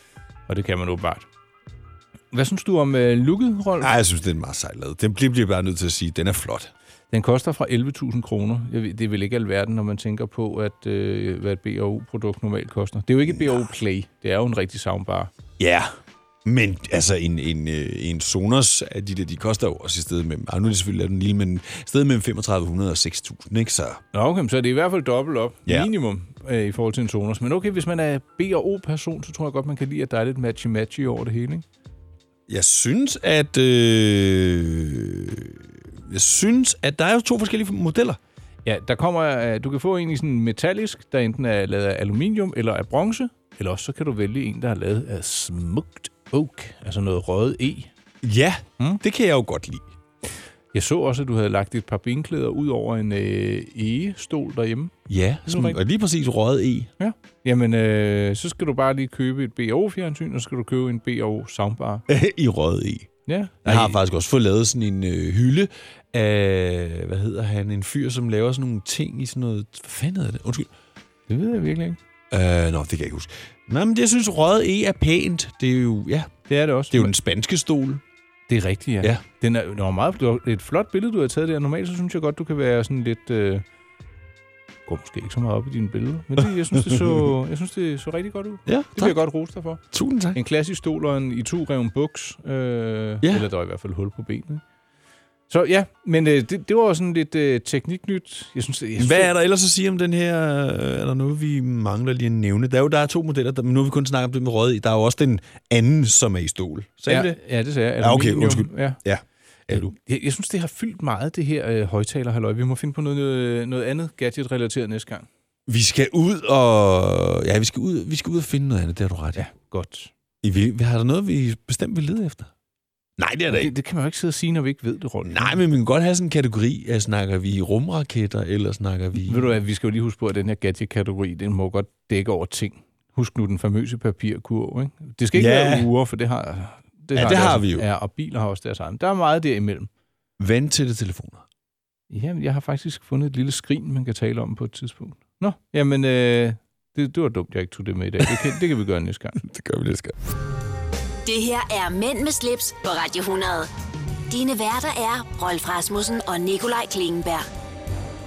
C: Og det kan man åbenbart. Hvad synes du om øh, looket, Rolf?
B: Nej, jeg synes, det er meget sejt lavet. Den bliver bliver bare nødt til at sige, den er flot.
C: Den koster fra 11.000 kroner. Jeg ved, det er vel ikke alverden, når man tænker på, at, øh, hvad et BAU-produkt normalt koster. Det er jo ikke et BAU Play. Det er jo en rigtig soundbar.
B: Ja. Men altså, en, en, øh, en Sonos, øh, de der, de koster jo også i stedet mellem, ah, nu er det selvfølgelig lavet en lille, men i stedet mellem 3500 og 6.000, ikke? Så
C: Nå, okay, så er det i hvert fald dobbelt op.
B: Ja.
C: Ja. Minimum øh, i forhold til en Sonos. Men okay, hvis man er B- og O-person, så tror jeg godt, man kan lide, at der er lidt matchy-matchy over det hele, ikke?
B: jeg synes, at... Øh, jeg synes, at der er jo to forskellige modeller.
C: Ja, der kommer, øh, du kan få en i sådan metallisk, der enten er lavet af aluminium eller af bronze, eller også så kan du vælge en, der er lavet af smukt oak, altså noget røget E.
B: Ja, mm? det kan jeg jo godt lide.
C: Jeg så også, at du havde lagt et par benklæder ud over en øh, egestol derhjemme.
B: Ja, som, og lige præcis røget i.
C: Ja. Jamen, øh, så skal du bare lige købe et BO-fjernsyn, og så skal du købe en BO-soundbar.
B: (laughs) I røget i.
C: Ja.
B: Jeg har faktisk også fået lavet sådan en øh, hylde af, hvad hedder han, en fyr, som laver sådan nogle ting i sådan noget... Hvad fanden hedder det? Undskyld.
C: Det ved jeg virkelig ikke.
B: Øh, nå, det kan jeg ikke huske. Nå, men jeg synes, røget E er pænt. Det er jo, ja.
C: Det er det også.
B: Det er jo den spanske stol.
C: Det er rigtigt, ja.
B: Ja.
C: Den er, den er meget, det var et flot billede, du har taget der. Normalt så synes jeg godt, du kan være sådan lidt... Øh, går måske ikke så meget op i dine billeder, men det, jeg, synes, det så, jeg synes, det så rigtig godt ud.
B: Ja,
C: det vil
B: tak.
C: jeg godt rose dig for.
B: Tusind tak.
C: En klassisk stol og en i to revn buks. Øh, ja. Eller der er i hvert fald hul på benet. Så ja, men øh, det, det var jo sådan lidt øh, tekniknyt. Jeg synes, det- jeg synes,
B: Hvad
C: det-
B: er der ellers at sige om den her? øh, Er der noget, vi mangler lige at nævne? Der er jo der er to modeller, der, men nu har vi kun snakket om det med røget i. Der er jo også den anden, som er i stol. Sagde
C: ja,
B: du det?
C: Ja, det sagde jeg.
B: Ja, okay,
C: Aluminium,
B: undskyld.
C: Ja.
B: Ja. Alu.
C: Jeg, jeg synes, det har fyldt meget, det her øh, højtaler, halløj. Vi må finde på noget, noget, noget andet gadget-relateret næste gang.
B: Vi skal ud og... Ja, vi skal ud, vi skal ud og finde noget andet, det har du ret i. Ja,
C: godt.
B: I, vi, har der noget, vi bestemt vil lede efter? Nej, det er der
C: det,
B: ikke.
C: det kan man jo ikke sidde og sige, når vi ikke ved det, Rolf.
B: Nej, men vi kan godt have sådan en kategori, at snakker vi rumraketter, eller snakker vi...
C: Ved du hvad, vi skal jo lige huske på, at den her gadget-kategori, den må godt dække over ting. Husk nu den famøse papirkurv, ikke? Det skal ikke
B: Ja.
C: være ure, for det har...
B: Ja, det
C: deres-
B: har vi jo.
C: Ja, og biler har også deres egen. Der er meget derimellem.
B: Vand til det telefoner.
C: Jamen, jeg har faktisk fundet et lille skrin, man kan tale om på et tidspunkt. Nå, jamen, øh, det, det var dumt, jeg ikke tog det med i dag. Det kan, det kan vi gøre næste gang.
B: det (laughs) gør vi næste gang.
A: Det her er Mænd med slips på Radio 100. Dine værter er Rolf Rasmussen og Nikolaj Klingenberg.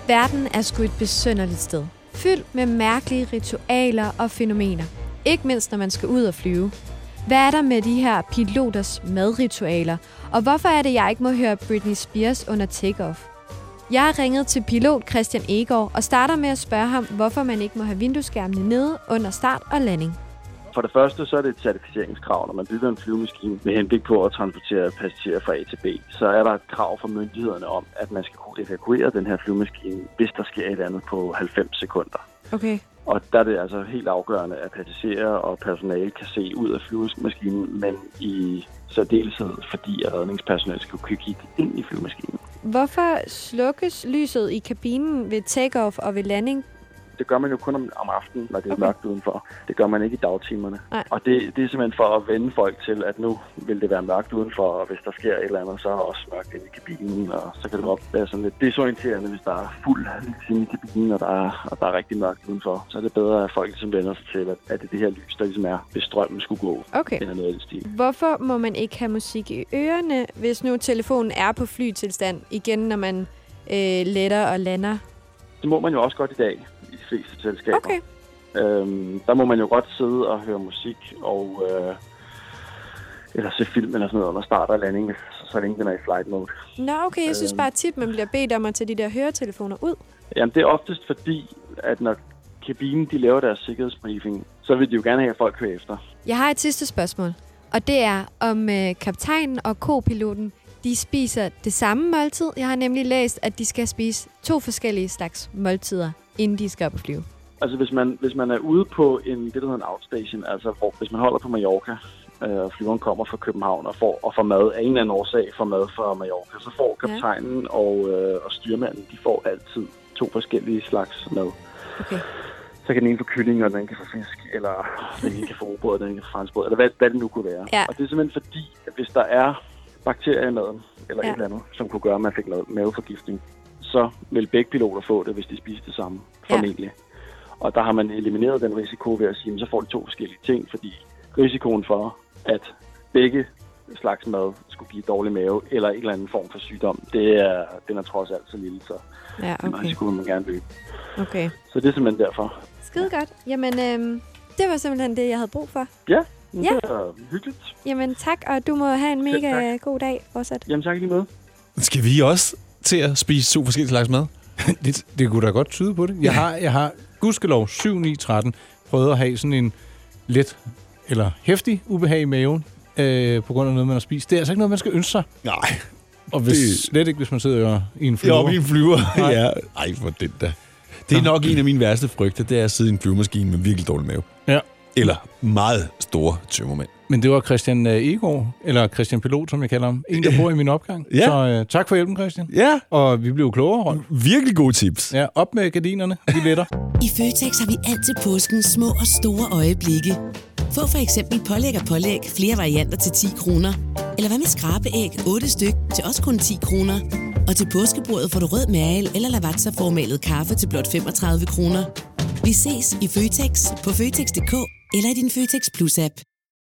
N: Verden er sgu et besønderligt sted. Fyldt med mærkelige ritualer og fænomener. Ikke mindst, når man skal ud og flyve. Hvad er der med de her piloters madritualer? Og hvorfor er det, jeg ikke må høre Britney Spears under takeoff? Jeg har ringet til pilot Christian Egård og starter med at spørge ham, hvorfor man ikke må have vinduesskærmene nede under start og landing.
O: For det første så er det et certificeringskrav, når man bygger en flyvemaskine med henblik på at transportere passagerer fra A til B. Så er der et krav fra myndighederne om, at man skal kunne evakuere den her flyvemaskine, hvis der sker et eller andet på 90 sekunder.
N: Okay.
O: Og der er det altså helt afgørende, at passagerer og personale kan se ud af flyvemaskinen, men i særdeleshed, fordi at redningspersonale skal kunne kigge ind i flyvemaskinen.
N: Hvorfor slukkes lyset i kabinen ved takeoff og ved landing?
O: Det gør man jo kun om, om aftenen, når det er okay. mørkt udenfor. Det gør man ikke i dagtimerne.
N: Nej.
O: Og det, det er simpelthen for at vende folk til, at nu vil det være mørkt udenfor, og hvis der sker et eller andet, så er der også mørkt inde i kabinen, og så kan det godt være sådan lidt desorienterende, hvis der er fuld lys inde i kabinen, og der, er, og der er rigtig mørkt udenfor. Så er det bedre, at folk ligesom vender sig til, at, at det er det her lys, der ligesom er, hvis strømmen skulle gå.
N: Okay.
O: Eller noget i den stil.
N: Hvorfor må man ikke have musik i ørerne, hvis nu telefonen er på flytilstand igen, når man øh, letter og lander?
O: Det må man jo også godt i dag i de fleste selskaber. Okay. Øhm, der må man jo godt sidde og høre musik og øh, eller se film eller sådan noget under start og landing, så, så længe den er i flight mode.
N: Nå, okay, jeg synes
O: Øhm.
N: bare tit, man bliver bedt om at tage de der høretelefoner ud.
O: Jamen, det er oftest fordi, at når kabinen de laver deres sikkerhedsbriefing, så vil de jo gerne have, at folk kører efter.
N: Jeg har et sidste spørgsmål, og det er, om øh, kaptajnen og kopiloten, de spiser det samme måltid. Jeg har nemlig læst, at de skal spise to forskellige slags måltider, inden de skal op og flyve.
O: Altså, hvis man, hvis man er ude på en, det, der hedder en outstation, altså hvor, hvis man holder på Mallorca, øh, og flyveren kommer fra København og får, og får mad af en eller anden årsag, får mad fra Mallorca, så får
N: Ja.
O: kaptajnen og, øh, og styrmanden, de får altid to forskellige slags mad.
N: Okay.
O: Så kan den ene få kylling, og den anden kan få fisk, eller den ene kan få robrød, og den anden kan få franskbrød, eller hvad, hvad det nu kunne være.
N: Ja.
O: Og det er simpelthen fordi, at hvis der er bakterier i maden, eller
N: Ja.
O: ja. et eller andet, som kunne gøre, at man fik noget maveforgiftning, så vil begge piloter få det, hvis de spiser det samme, formentlig. Ja. Og der har man elimineret den risiko ved at sige, at så får de to forskellige ting, fordi risikoen for, at begge slags mad skulle give dårlig mave, eller en eller anden form for sygdom, det er, den er trods alt så lille, så
N: Ja,
O: den
N: okay.
O: risiko vil man gerne løbe.
N: Okay.
O: Så det er simpelthen derfor.
N: Skide godt. Jamen, øh, det var simpelthen det, jeg havde brug for.
O: Ja,
N: Ja.
O: Det er hyggeligt.
N: Jamen tak, og du må have en
O: Selv
N: mega god dag fortsat.
O: Jamen tak lige med.
B: Skal vi også til at spise to forskellige slags (laughs) mad?
C: det, det kunne da godt tyde på det. Jeg har, jeg har gudskelov 7 9 13 prøvet at have sådan en let eller hæftig ubehag i maven øh, på grund af noget, man har spist. Det er altså ikke noget, man skal ønske sig.
B: Nej.
C: Og hvis,
B: Det-
C: det... slet ikke, hvis man sidder i en flyver.
B: Jo, i en flyver.
C: (laughs) Nej.
B: ja. Ej, hvor den da. Det er nok en af mine værste frygter, det er at sidde i en flyvemaskine med virkelig dårlig mave.
C: Ja.
B: Eller meget store tømmermænd.
C: Men det var Christian øh, Egård, eller Christian Pilot, som jeg kalder ham. En, der bor i min opgang.
B: Ja.
C: Så øh, tak for hjælpen, Christian.
B: Ja.
C: Og vi blev klogere, Rolf.
B: Virkelig gode tips.
C: Ja, op med gardinerne. Vi letter.
P: I Føtex har vi altid påsken små og store øjeblikke. Få for eksempel pålæg og pålæg flere varianter til 10 kroner. Eller hvad med skrabeæg 8 styk til også kun 10 kroner. Og til påskebordet får du rød mal eller lavatserformalet kaffe til blot 35 kroner. Vi ses i Føtex på Føtex.dk eller i din Føtex Plus-app.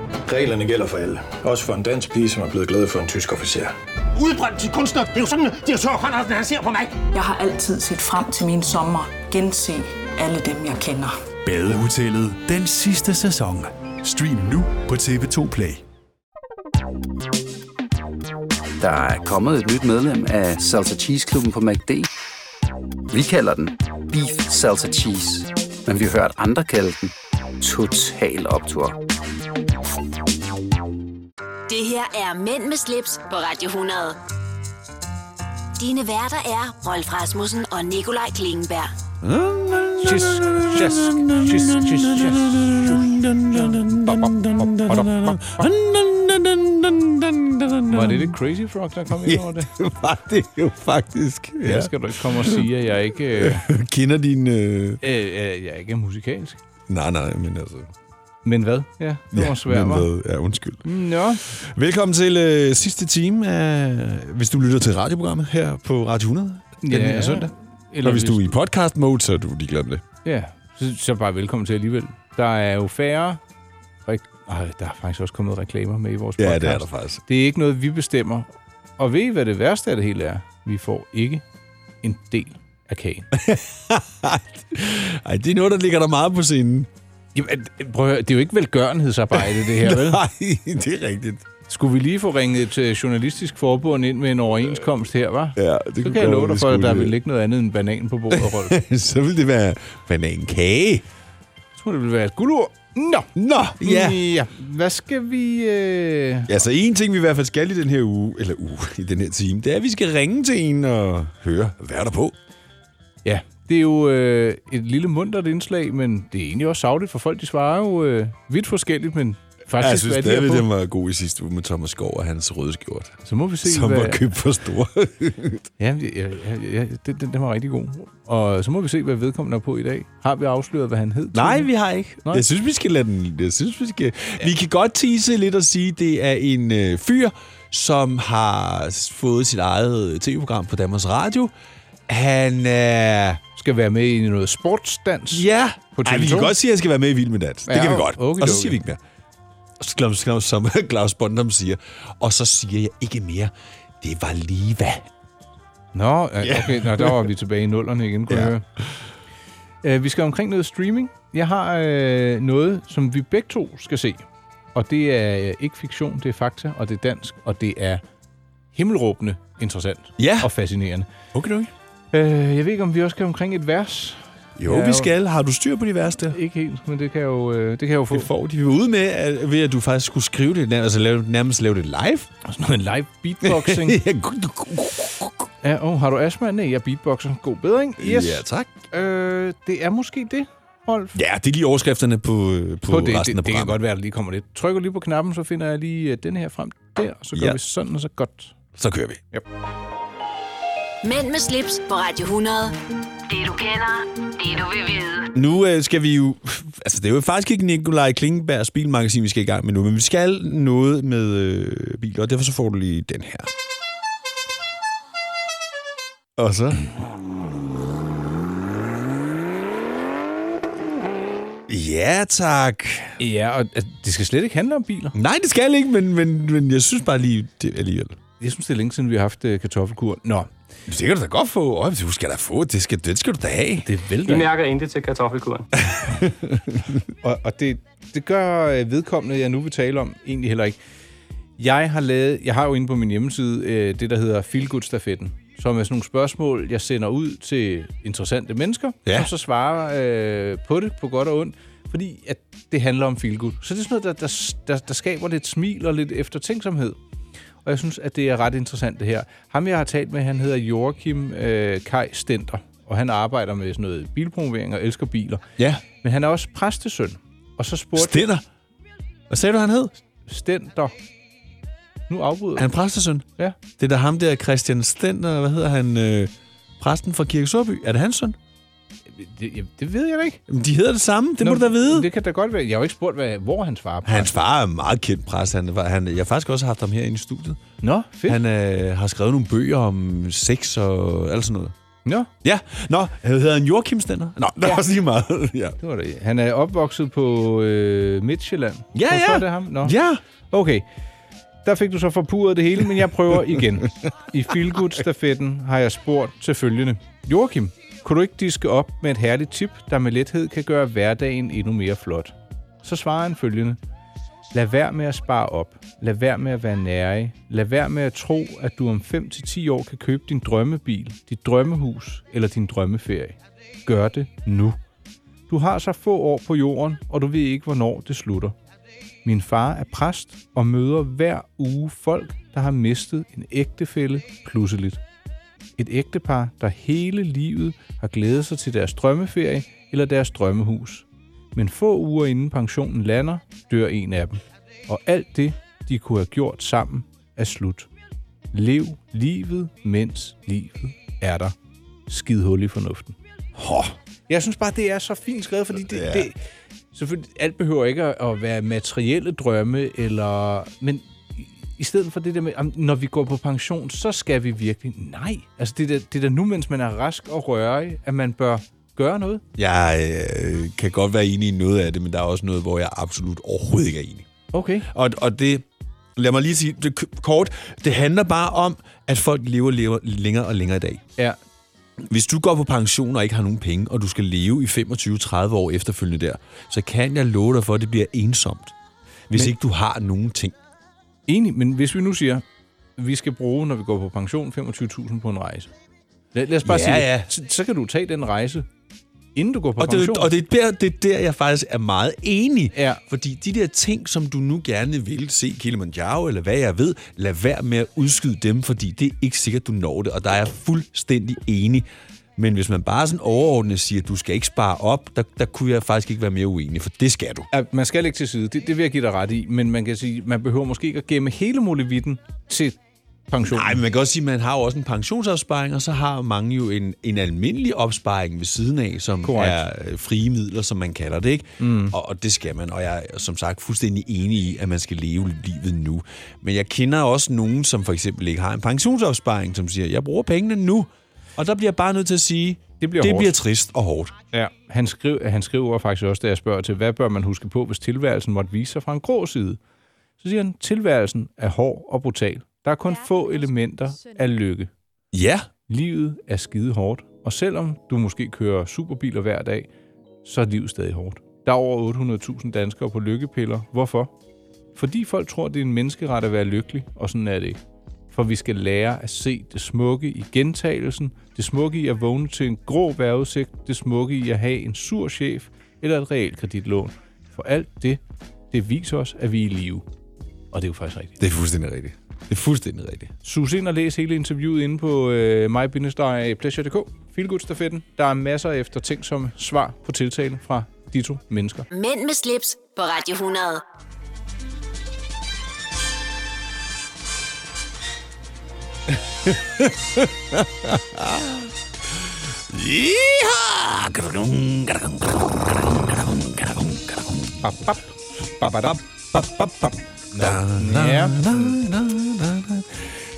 J: (laughs) Reglerne gælder for alle. Også for en dansk pige, som er blevet glad for en tysk officer.
I: Udbrændt til kunstner. Det er jo sådan, at de har tørt, Conradsen, han ser på mig.
H: Jeg har altid set frem til min sommer, gense alle dem, jeg kender.
K: Badehotellet den sidste sæson. Stream nu på TV2 Play.
Q: Der er kommet et nyt medlem af Salsa Cheese Klubben på MACD. Vi kalder den Beef Salsa Cheese, men vi har hørt andre kalde den Total Optor.
A: Det her er Mænd med slips på Radio 100. Dine værter er Rolf Rasmussen og Nikolaj Klingenberg.
C: Tjis, tjis, tjis, tjis, tjis. Var det det Crazy Frog, der kom ind over det?
B: det var det jo faktisk.
C: Ja. ja, skal du ikke komme og sige, at jeg ikke, øh,
B: Kender din... Øh...
C: øh, øh, jeg ikke er musikalsk.
B: Nej, nej, men altså...
C: Men hvad? Ja, det var svært,
B: men
C: hva'? Mm,
B: hvad? Ja, undskyld.
C: Nå.
B: Velkommen til øh, sidste time af... Hvis du lytter til radioprogrammet her på Radio 100 den
C: Ja,
B: her søndag. Eller
C: eller
B: og hvis,
C: hvis-
B: du er i podcast mode, så er du ligeglad med det.
C: Ja, så, så bare velkommen til alligevel. Der er jo færre... Rek- Ej, der er faktisk også kommet reklamer med i vores
B: Ja, det er
C: podcast.
B: der faktisk.
C: Det er ikke noget, vi bestemmer. Og ved I, hvad det værste af det hele er? Vi får ikke en del af
B: (laughs)
C: kagen.
B: Ej, det er noget, der ligger der meget på scenen.
C: Jamen, prøv at høre, det er jo ikke velgørenhedsarbejde, det
B: (laughs)
C: her, vel?
B: Nej, det er rigtigt.
C: Skulle vi lige få ringet til Journalistisk Forbund ind med en overenskomst her, var?
B: Ja, det
C: Så
B: kunne
C: kan jeg
B: godt være, vi
C: love dig for, at
B: skulle
C: der
B: det.
C: vil ikke noget andet end banan på bordet,
B: (laughs)
C: Rolf.
B: så vil det være banankage.
C: Jeg tror, det vil være et guldur. Nå!
B: Nå, ja.
C: ja. Hvad skal vi... Øh...
B: Ja, så en ting, vi i hvert fald skal i den her uge, eller uge, i den her time, det er, at vi skal ringe til en og høre, hvad er der på?
C: Ja, det er jo øh, et lille mundtet indslag, men det er egentlig også savligt, for folk de svarer jo øh, vidt forskelligt, men faktisk,
B: jeg synes
C: hvad de har
B: stadigvæk,
C: på.
B: den var god i sidste uge med Thomas Skov og hans røde skjort.
C: Så må vi se,
B: Som
C: hvad-
B: var købt for stor.
C: Ja, ja, ja, ja den, den, den var rigtig god. Og så må vi se, hvad vedkommende er på i dag. Har vi afsløret, hvad han hed?
B: Nej, vi har ikke.
C: Nej.
B: Jeg synes, vi skal lade den... Jeg synes, vi skal... Vi kan godt tease lidt og sige, at det er en øh, fyr, som har s- fået sit eget øh, tv-program på Danmarks Radio. Han er...
C: Skal være med i noget sportsdans?
B: Ja.
C: På
B: Ej, vi
C: TV2?
B: kan godt sige, at jeg skal være med i Vild med Dans. Det
C: Ja,
B: kan vi godt.
C: okay,
B: og så
C: okay.
B: siger vi ikke mere. Og så Claus, Claus, som (laughs) Claus Bondum siger. Og så siger jeg ikke mere. Det var lige hvad.
C: Nå, øh,
B: Ja.
C: okay, nå, der var vi tilbage i nullerne igen, kunne
B: Ja.
C: ja. jeg høre. Øh, vi skal omkring noget streaming. Jeg har øh, noget, som vi begge to skal se. Og det er øh, ikke fiktion, det er fakta, og det er dansk, og det er himmelråbende interessant
B: ja.
C: og fascinerende.
B: Okay, okay.
C: Øh, jeg ved ikke, om vi også skal omkring et vers.
B: Jo,
C: Jeg er
B: vi skal. Har du styr på de værste?
C: Ikke helt, men det kan jeg jo, øh, det kan jeg jo få.
B: Det får de jo ude med, at- ved at du faktisk skulle skrive det, nær- altså lave, nærmest lave det live.
C: Sådan noget live beatboxing.
B: (laughs) ja,
C: (laughs) Ja, og har du astma? Nej, jeg beatboxer. God bedring. Yes.
B: Ja, tak.
C: Øh, det er måske det, Rolf.
B: ja, det er lige overskrifterne på, øh, på, på det, resten
C: det,
B: af
C: det kan
B: programmet.
C: godt være, at der lige kommer lidt. Trykker lige på knappen, så finder jeg lige øh, den her frem der, og så gør
B: Ja.
C: ja. vi sådan og så godt.
B: Så kører vi.
C: Ja.
A: Mænd med slips på Radio 100. Det du kender, det du vil vide.
B: Nu øh, skal vi jo... Altså, det er jo faktisk ikke Nikolaj Klingenbergs bilmagasin, vi skal i gang med nu, men vi skal noget med øh, biler, og derfor så får du lige den her. Og så? Ja, tak.
C: Ja, og altså, det skal slet ikke handle om biler.
B: Nej, det skal ikke, men, men, men jeg synes bare lige det alligevel.
C: Jeg synes, det er længe siden, vi har haft øh, kartoffelkur. Nå.
B: Det kan du da godt få. Øj, du skal da få. Det skal, det skal du da have.
C: Det vil
D: I mærker intet til kartoffelkuren.
C: og, og det, det gør øh, vedkommende, jeg nu vil tale om, egentlig heller ikke. Jeg har, lavet, jeg har jo inde på min hjemmeside øh, det, der hedder Feelgood-stafetten, som er sådan nogle spørgsmål, jeg sender ud til interessante mennesker,
B: Ja.
C: som så svarer øh, på det, på godt og ondt, fordi at det handler om feelgood. Så det er sådan noget, der, der, der, der skaber lidt smil og lidt eftertænksomhed. Og jeg synes, at det er ret interessant det her. Ham, jeg har talt med, han hedder Joachim øh, Kai Stenter, og han arbejder med sådan noget bilpromovering og elsker biler.
B: Ja.
C: Men han er også præstesøn. Og så spurgte...
B: Stender? Hvad sagde du, han hed?
C: Stenter. Nu afbryder
B: Er han præstesøn?
C: Ja.
B: Det er da ham der, Christian Stender, hvad hedder han? Øh, præsten fra Kirke Sorby. Er det hans søn?
C: Det, jamen, det ved jeg da ikke.
B: Jamen, De hedder det samme, det Nå, må du da vide.
C: Det kan da godt være. Jeg har jo ikke spurgt, hvad, hvor han svarer på.
B: Hans far er en meget kendt præst. Han, var- han, jeg har faktisk også haft ham herinde i studiet.
C: Nå, fedt.
B: Han øh, har skrevet nogle bøger om sex og alt sådan noget.
C: Nå.
B: Ja, nå, hedder han Joachim Stender? Nå, det er ja. også lige meget. (laughs) ja.
C: Det var det. Han er opvokset på øh, Midtjylland.
B: Ja,
C: Hvorfor
B: ja.
C: Er det ham? Nå.
B: Ja.
C: Okay. Der fik du så forpurret det hele, men jeg prøver igen. I Feelgood-stafetten har jeg spurgt til følgende. Joachim, kunne du ikke diske op med et herligt tip, der med lethed kan gøre hverdagen endnu mere flot? Så svarer han følgende. Lad være med at spare op. Lad være med at være nærig. Lad være med at tro, at du om 5-10 år kan købe din drømmebil, dit drømmehus eller din drømmeferie. Gør det nu. Du har så få år på jorden, og du ved ikke, hvornår det slutter. Min far er præst og møder hver uge folk, der har mistet en ægtefælle pludseligt. Et ægtepar, der hele livet har glædet sig til deres drømmeferie eller deres drømmehus. Men få uger inden pensionen lander, dør en af dem. Og alt det, de kunne have gjort sammen, er slut. Lev livet, mens livet er der. Skid hul i fornuften.
B: Hå.
C: Jeg synes bare, det er så fint skrevet, fordi det,
B: Ja.
C: ja. det, selvfølgelig, alt behøver ikke at- at være materielle drømme, eller, men i- i stedet for det der med, "Am, når vi går på pension, så skal vi virkelig... Nej, altså det er da- det er da nu, mens man er rask og rørig, at man bør gøre noget.
B: Jeg øh, kan godt være enig i noget af det, men der er også noget, hvor jeg absolut overhovedet ikke er enig.
C: Okay.
B: Og, og det, lad mig lige sige det k- kort, det handler bare om, at folk lever, lever længere og længere i dag.
C: Ja.
B: Hvis du går på pension og ikke har nogen penge, og du skal leve i 25-30 år efterfølgende der, så kan jeg love dig for, at det bliver ensomt, hvis
C: Men-
B: men... ikke du har nogen ting.
C: Enig, men hvis vi nu siger, vi skal bruge, når vi går på pension, 25.000 på en rejse. Lad, lad os bare
B: Ja,
C: sige, det.
B: ja.
C: Så, så kan du tage den rejse, inden du går på
B: Og det, er
C: pension.
B: jo- og det er der, det er der, jeg faktisk er meget enig.
C: Ja.
B: Fordi de der ting, som du nu gerne vil se Kilimanjaro, eller hvad jeg ved, lad være med at udskyde dem, fordi det er ikke sikkert, du når det. Og der er jeg fuldstændig enig. Men hvis man bare sådan overordnet siger, at du skal ikke spare op, der, der kunne jeg faktisk ikke være mere uenig, for det skal du.
C: at man skal lægge til side. Det, det vil jeg give dig ret i, men man kan sige, man behøver måske ikke at gemme hele molevitten til pension.
B: Nej, men man kan også sige, at man har jo også en pensionsopsparing, og så har mange jo en, en almindelig opsparing ved siden af, som
C: Korrekt.
B: Correct. er øh, frie midler, som man kalder det, ikke? Mm. Og, og det skal man, og jeg er som sagt fuldstændig enig i, at man skal leve livet nu. Men jeg kender også nogen, som for eksempel ikke har en pensionsopsparing, som siger, jeg bruger pengene nu, og der bliver jeg bare nødt til at sige,
C: Det bliver
B: det
C: hårdt.
B: bliver trist og hårdt.
C: Ja, han, skriv, han skriver faktisk også, da jeg spørger til, hvad bør man huske på, hvis tilværelsen måtte vise sig fra en grå side? Så siger han, tilværelsen er hård og brutal. Der er kun få elementer af lykke.
B: Ja.
C: Livet er skide hårdt, og selvom du måske kører superbiler hver dag, så er livet stadig hårdt. Der er over 800.000 danskere på lykkepiller. Hvorfor? Fordi folk tror, det er en menneskeret at være lykkelig, og sådan er det ikke. For vi skal lære at se det smukke i gentagelsen, det smukke i at vågne til en grå vejrudsigt, det smukke i at have en sur chef eller et realkreditlån. For alt det, det viser os, at vi er i live. Og det er jo faktisk rigtigt.
B: Det er fuldstændig rigtigt. Det er fuldstændig rigtigt.
C: Sus ind og læs hele interviewet inde på øh, mybindesterpleasure.dk. Feelgood-stafetten. Der er masser efter ting som svar på tiltale fra de to mennesker.
A: Mænd med slips på Radio 100.
C: Bap, bap. Bap, bap, bap, bap, bap, bap. Ja.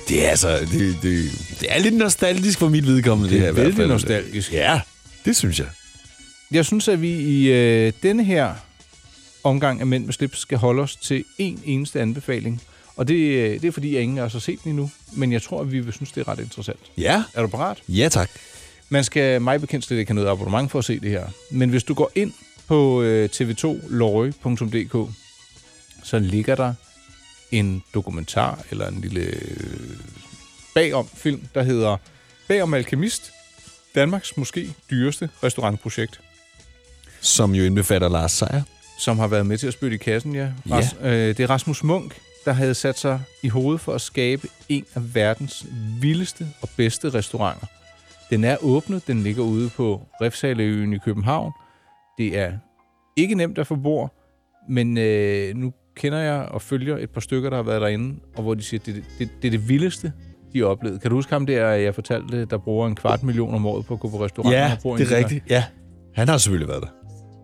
B: Det er altså... Det, det, det er lidt nostalgisk for mit vedkommende, det,
C: Det
B: her
C: er
B: i hvert fald.
C: vældig nostalgisk.
B: Ja, det synes jeg.
C: Jeg synes, at vi i øh, denne her omgang af Mænd med slips skal holde os til en eneste anbefaling. Og det, øh, det er fordi, jeg ingen af os har set den endnu. Men jeg tror, at vi vil synes, det er ret interessant.
B: Ja.
C: Er du parat?
B: Ja, tak.
C: Man skal mig bekendt slet ikke have noget abonnement for at se det her. Men hvis du går ind på øh, tv2lorry.dk, så ligger der en dokumentar eller en lille øh, bagom film, der hedder Bagom Alkemist, Danmarks måske dyreste restaurantprojekt.
B: Som jo indbefatter Lars Seier.
C: Som har været med til at spytte i kassen, ja.
B: Ja.
C: Ras, øh, det er Rasmus Munk, der havde sat sig i hovedet for at skabe en af verdens vildeste og bedste restauranter. Den er åbnet, den ligger ude på Refshaleøen i København. Det er ikke nemt at få bord, men øh, nu kender jeg og følger et par stykker, der har været derinde, og hvor de siger, at det, det, det er det vildeste, de har oplevet. Kan du huske ham der, jeg fortalte, der bruger en kvart million om året på at gå på restaurant?
B: Ja,
C: og bor
B: det er
C: inde der?
B: rigtigt. Ja. Han har selvfølgelig været der.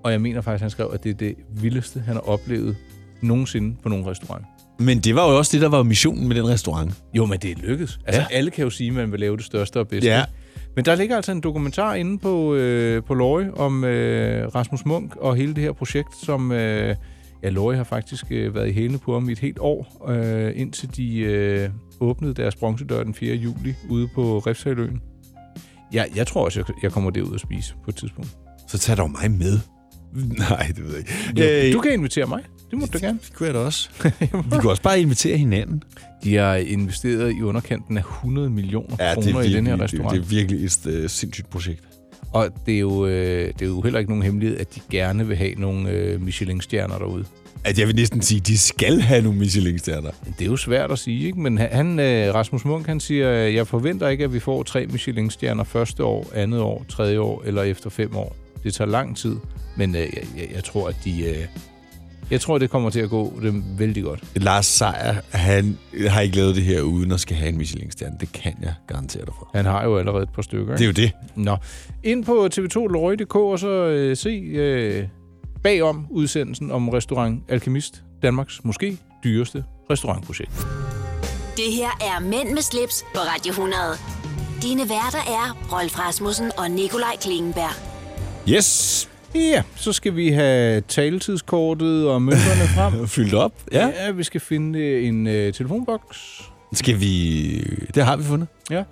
C: Og jeg mener faktisk, han skrev, at det er det vildeste, han har oplevet nogensinde på nogen restaurant.
B: Men det var jo også det, der var missionen med den restaurant.
C: Jo, men det er lykkedes. Altså, ja. alle kan jo sige, at man vil lave det største og bedste.
B: Ja.
C: Men der ligger altså en dokumentar inde på, øh, på Lorry om øh, Rasmus Munk og hele det her projekt, som... Øh, ja, Lorry har faktisk øh, været i hælene på ham i et helt år, øh, indtil de øh, åbnede deres bronzedør den 4. juli ude på Refshaløen. Jeg, jeg tror også, jeg, jeg kommer derud og spise på et tidspunkt.
B: Så tag dog mig med. Nej, det ved jeg ikke. Øh,
C: Ja, du kan invitere mig. Det må du gerne.
B: Det kunne jeg da også. (laughs) Vi kunne også bare invitere hinanden.
C: De har investeret i underkanten af 100 millioner
B: Ja,
C: ja,
B: det er
C: kroner i den
B: virkelig-
C: her
B: det-
C: restaurant.
B: det er virkelig et øh, sindssygt projekt.
C: Og det er, jo, øh, det er jo heller ikke nogen hemmelighed, at de gerne vil have nogle øh, Michelin-stjerner derude.
B: At jeg vil næsten sige, de skal have nogle Michelin-stjerner.
C: Det er jo svært at sige, ikke? men han, øh, Rasmus Munk han siger, øh, jeg forventer ikke, at vi får tre Michelin-stjerner første år, andet år, tredje år eller efter fem år. Det tager lang tid, men øh, jeg, jeg, jeg tror, at de... Øh, jeg tror, det kommer til at gå dem vældig godt.
B: Lars Seier, han har ikke lavet det her uden at skal have en Michelin-stjerne. Det kan jeg garantere dig for.
C: Han har jo allerede et par stykker.
B: Det er jo det.
C: Nå. Ind på tv2lorry.dk og så øh, se øh, bagom udsendelsen om restaurant Alkemist, Danmarks måske dyreste restaurantprojekt.
A: Det her er Mænd med slips på Radio 100. Dine værter er Rolf Rasmussen og Nikolaj Klingenberg.
B: Yes!
C: Ja, så skal vi have taletidskortet
B: (laughs)
C: og mønterne frem.
B: Fyldt op, ja.
C: Ja, vi skal finde øh, en øh, telefonboks.
B: Skal vi... Det har vi fundet.
C: Ja.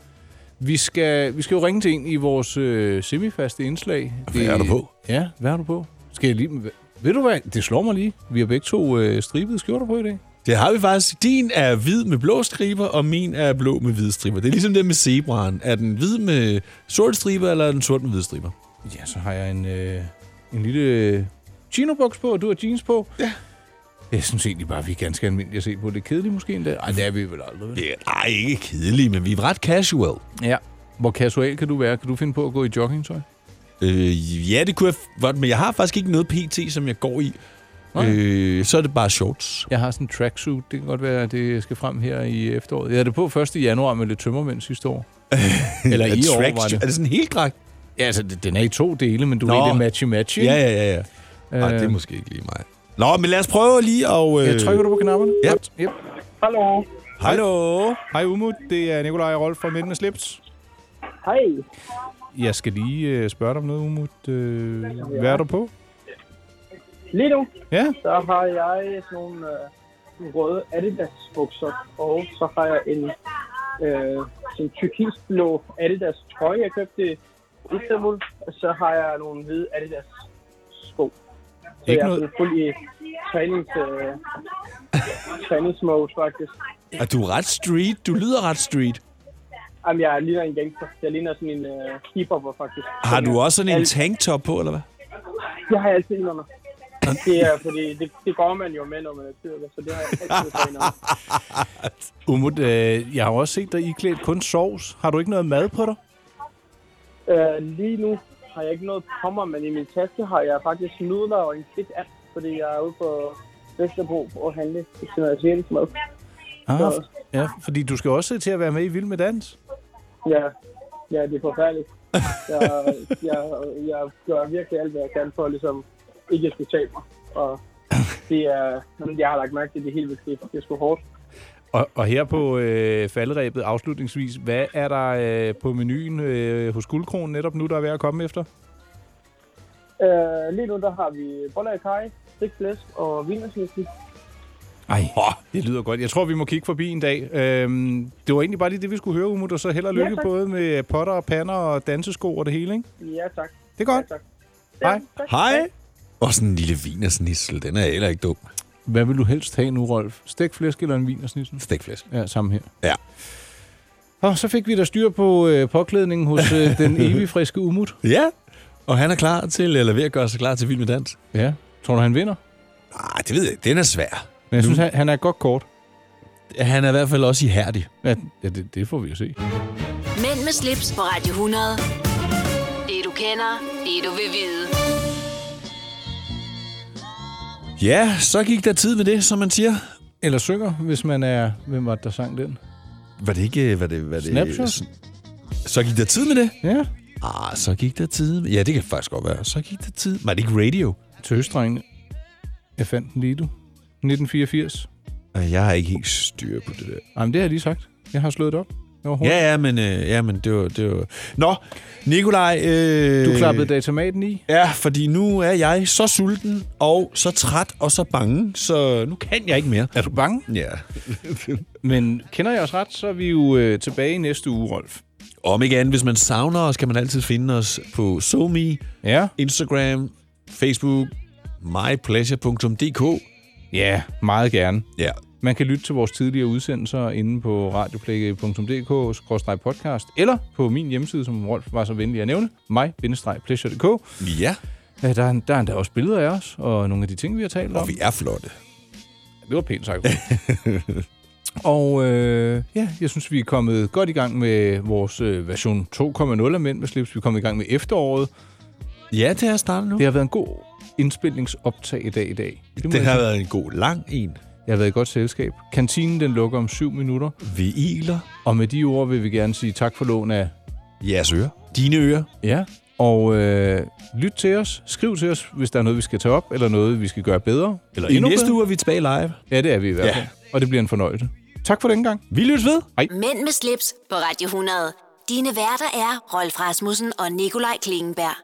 C: Vi skal, vi skal jo ringe til en i vores øh, semifaste indslag.
B: Hvad er du på?
C: Ja, hvad er du på? Skal jeg lige... Ved du hvad? Det slår mig lige. Vi har begge to øh, stribede skjorter på i dag.
B: Det har vi faktisk. Din er hvid med blå striber, og min er blå med hvide striber. Det er ligesom det med zebraen. Er den hvid med sort striber, eller er den sort med hvide striber?
C: Ja, så har jeg en, øh, en lille øh, chinoboks på, og du har jeans på. Ja. Jeg synes egentlig bare, vi er ganske almindelige at se på. Det er kedeligt måske endda. Ej, det er vi vel aldrig. vel?
B: Nej, ikke kedelige, men vi er ret casual.
C: Ja. Hvor casual kan du være? Kan du finde på at gå i joggingtøj?
B: Øh, ja, det kunne jeg f- godt, men jeg har faktisk ikke noget PT, som jeg går i.
C: Nej.
B: Øh, så er det bare shorts.
C: Jeg har sådan en tracksuit. Det kan godt være, at det skal frem her i efteråret. Jeg havde det på 1. januar med lidt tømmermænd sidste (laughs) år. Eller i
B: Er
C: år var
B: tracksuit-
C: det.
B: er det sådan en helt dragt?
C: Ja, altså, det- den er i to dele, men du Nå.
B: Nå.
C: ved, det er matchy-matchy.
B: Ja, ja, ja. ja. Ej,
C: Øh.
B: det er måske ikke lige mig. Nå, men lad os prøve lige at... øh,
C: Jeg trykker du på knapperne?
B: Ja.
C: Yep.
R: Hallo.
C: Hallo. Hej Umut, det er Nikolaj og Rolf fra Mænd med Slips.
R: Hej.
C: Jeg skal lige øh, spørge dig om noget, Umut. Øh, hvad er du på?
R: Lige nu,
C: Ja?
R: der har jeg sådan nogle øh, sådan røde Adidas bukser, og så har jeg en øh, sådan tyrkisblå Adidas trøje, jeg købte i Istanbul, og så har jeg nogle hvide Adidas sko. Så
C: Ikke
R: jeg er
C: noget-
R: sådan fuld i trænings, øh, træningsmode, faktisk.
B: Er du er ret street? Du lyder ret street.
R: Jamen, jeg ligner en gangster. Jeg ligner sådan en øh, hiphopper, faktisk.
B: Har du også sådan en
R: Alt-
B: tanktop på, eller hvad?
R: Det har jeg altid i mig. Det er, fordi det, det går man jo med, når man er tyrker, så det har jeg altid i mig.
C: Umut, øh, jeg har også set dig iklædt kun sovs. Har du ikke noget mad på dig?
R: Øh, lige nu har jeg ikke noget på mig, men i min taske har jeg faktisk nudler og en kit app, fordi jeg er ude på Vesterbro for at handle til noget asiatisk mad.
C: Ah, f- ja, fordi du skal også til at være med i Vild med Dans.
R: Ja, ja det er forfærdeligt. Jeg, jeg, jeg gør virkelig alt, hvad jeg kan for ligesom ikke at skulle tabe mig. Og det er, jamen, jeg har lagt mærke til, at det er helt vildt. Det er sgu hårdt.
C: Og, og her på øh, faldrebet afslutningsvis, hvad er der øh, på menuen øh, hos Guldkronen netop nu, der er ved at komme efter?
R: Øh, lige nu der har vi boller af kaj, stegt flæsk og vinersløsning.
C: Ej, det lyder godt. Jeg tror, vi må kigge forbi en dag. Øhm, det var egentlig bare lige det, vi skulle høre, Umut, og så held og
R: Ja,
C: lykke
R: tak.
C: både med potter og pander og dansesko og det hele, ikke?
R: Ja, tak.
C: Det er godt.
R: Ja, tak.
C: Hej.
B: Hej. Og sådan en lille vinersnissel, den er heller ikke dum.
C: Hvad vil du helst have nu, Rolf? Stegflæsk eller en vinersnissen?
B: Stegflæsk.
C: Ja, sammen her.
B: Ja.
C: Og så fik vi da styr på øh, påklædningen hos øh, (laughs) den evig friske Umut.
B: Ja, og han er klar til, eller ved at gøre sig klar til Vild med Dans.
C: Ja. Tror du, han vinder?
B: Nej, det ved jeg ikke. Den er svær.
C: Men jeg synes, han, han er godt kort.
B: Han er i hvert fald også ihærdig.
C: Ja, ja det, det får vi at se.
A: Mænd med slips på Radio 100. Det du kender, det du vil vide.
B: Ja, så gik der tid med det, som man siger.
C: Eller synger, hvis man er... Hvem var det, der sang den?
B: Var det ikke... øh, Var det, var det,
C: Snapshot?
B: Så gik der tid med det?
C: Ja.
B: Ah, så gik der tid. med- Ja, det kan faktisk godt være. Så gik der tid. Var det ikke radio?
C: Tøstrengene. Jeg fandt den lige, du. 1984.
B: Ej, Jeg har ikke helt styr på det der.
C: Ej, men det har jeg lige sagt. Jeg har slået det op. Overhovedet.
B: Ja, ja, men, øh, ja, men det, var, det var... Nå, Nikolaj... Øh...
C: Du klappede datamaten i?
B: Ja, fordi nu er jeg så sulten, og så træt, og så bange, så nu kan jeg ikke mere.
C: Er du bange?
B: Ja.
C: Men kender jeg os ret, så er vi jo øh, tilbage i næste uge, Rolf.
B: Om ikke andet, hvis man savner os, kan man altid finde os på SoMe,
C: ja.
B: Instagram, Facebook, mypleasure.dk.
C: Ja, meget gerne.
B: Ja.
C: Man kan lytte til vores tidligere udsendelser inde på radioplay.dk-podcast eller på min hjemmeside, som Rolf var så venlig at nævne, mig-pleasure.dk.
B: Ja.
C: Ja, der, er, der er endda også billeder af os, og nogle af de ting, vi har talt om.
B: Og vi er flotte.
C: Det var pænt sagt. (laughs) og øh, ja, jeg synes, vi er kommet godt i gang med vores øh, version 2.0 af Mænd med slips. Vi er kommet i gang med efteråret.
B: Ja, det er startet nu.
C: Det har været en god indspilningsoptag i dag i dag. Det, må
B: Det
C: jeg
B: har
C: sige.
B: været en god lang en.
C: Jeg har været i godt selskab. Kantinen den lukker om syv minutter.
B: Vi iler.
C: Og med de ord vil vi gerne sige tak for lån af...
B: Jeres ører. Dine ører.
C: Ja. Og øh, lyt til os. Skriv til os, hvis der er noget, vi skal tage op, eller noget, vi skal gøre bedre.
B: Eller i næste uge er vi tilbage live.
C: Ja, det er vi i hvert
B: Ja.
C: fald. Og det bliver en fornøjelse. Tak for den gang.
B: Vi lyttes ved.
C: Hej.
A: Mænd med slips på Radio 100. Dine værter er Rolf Rasmussen og Nikolaj Klingenberg.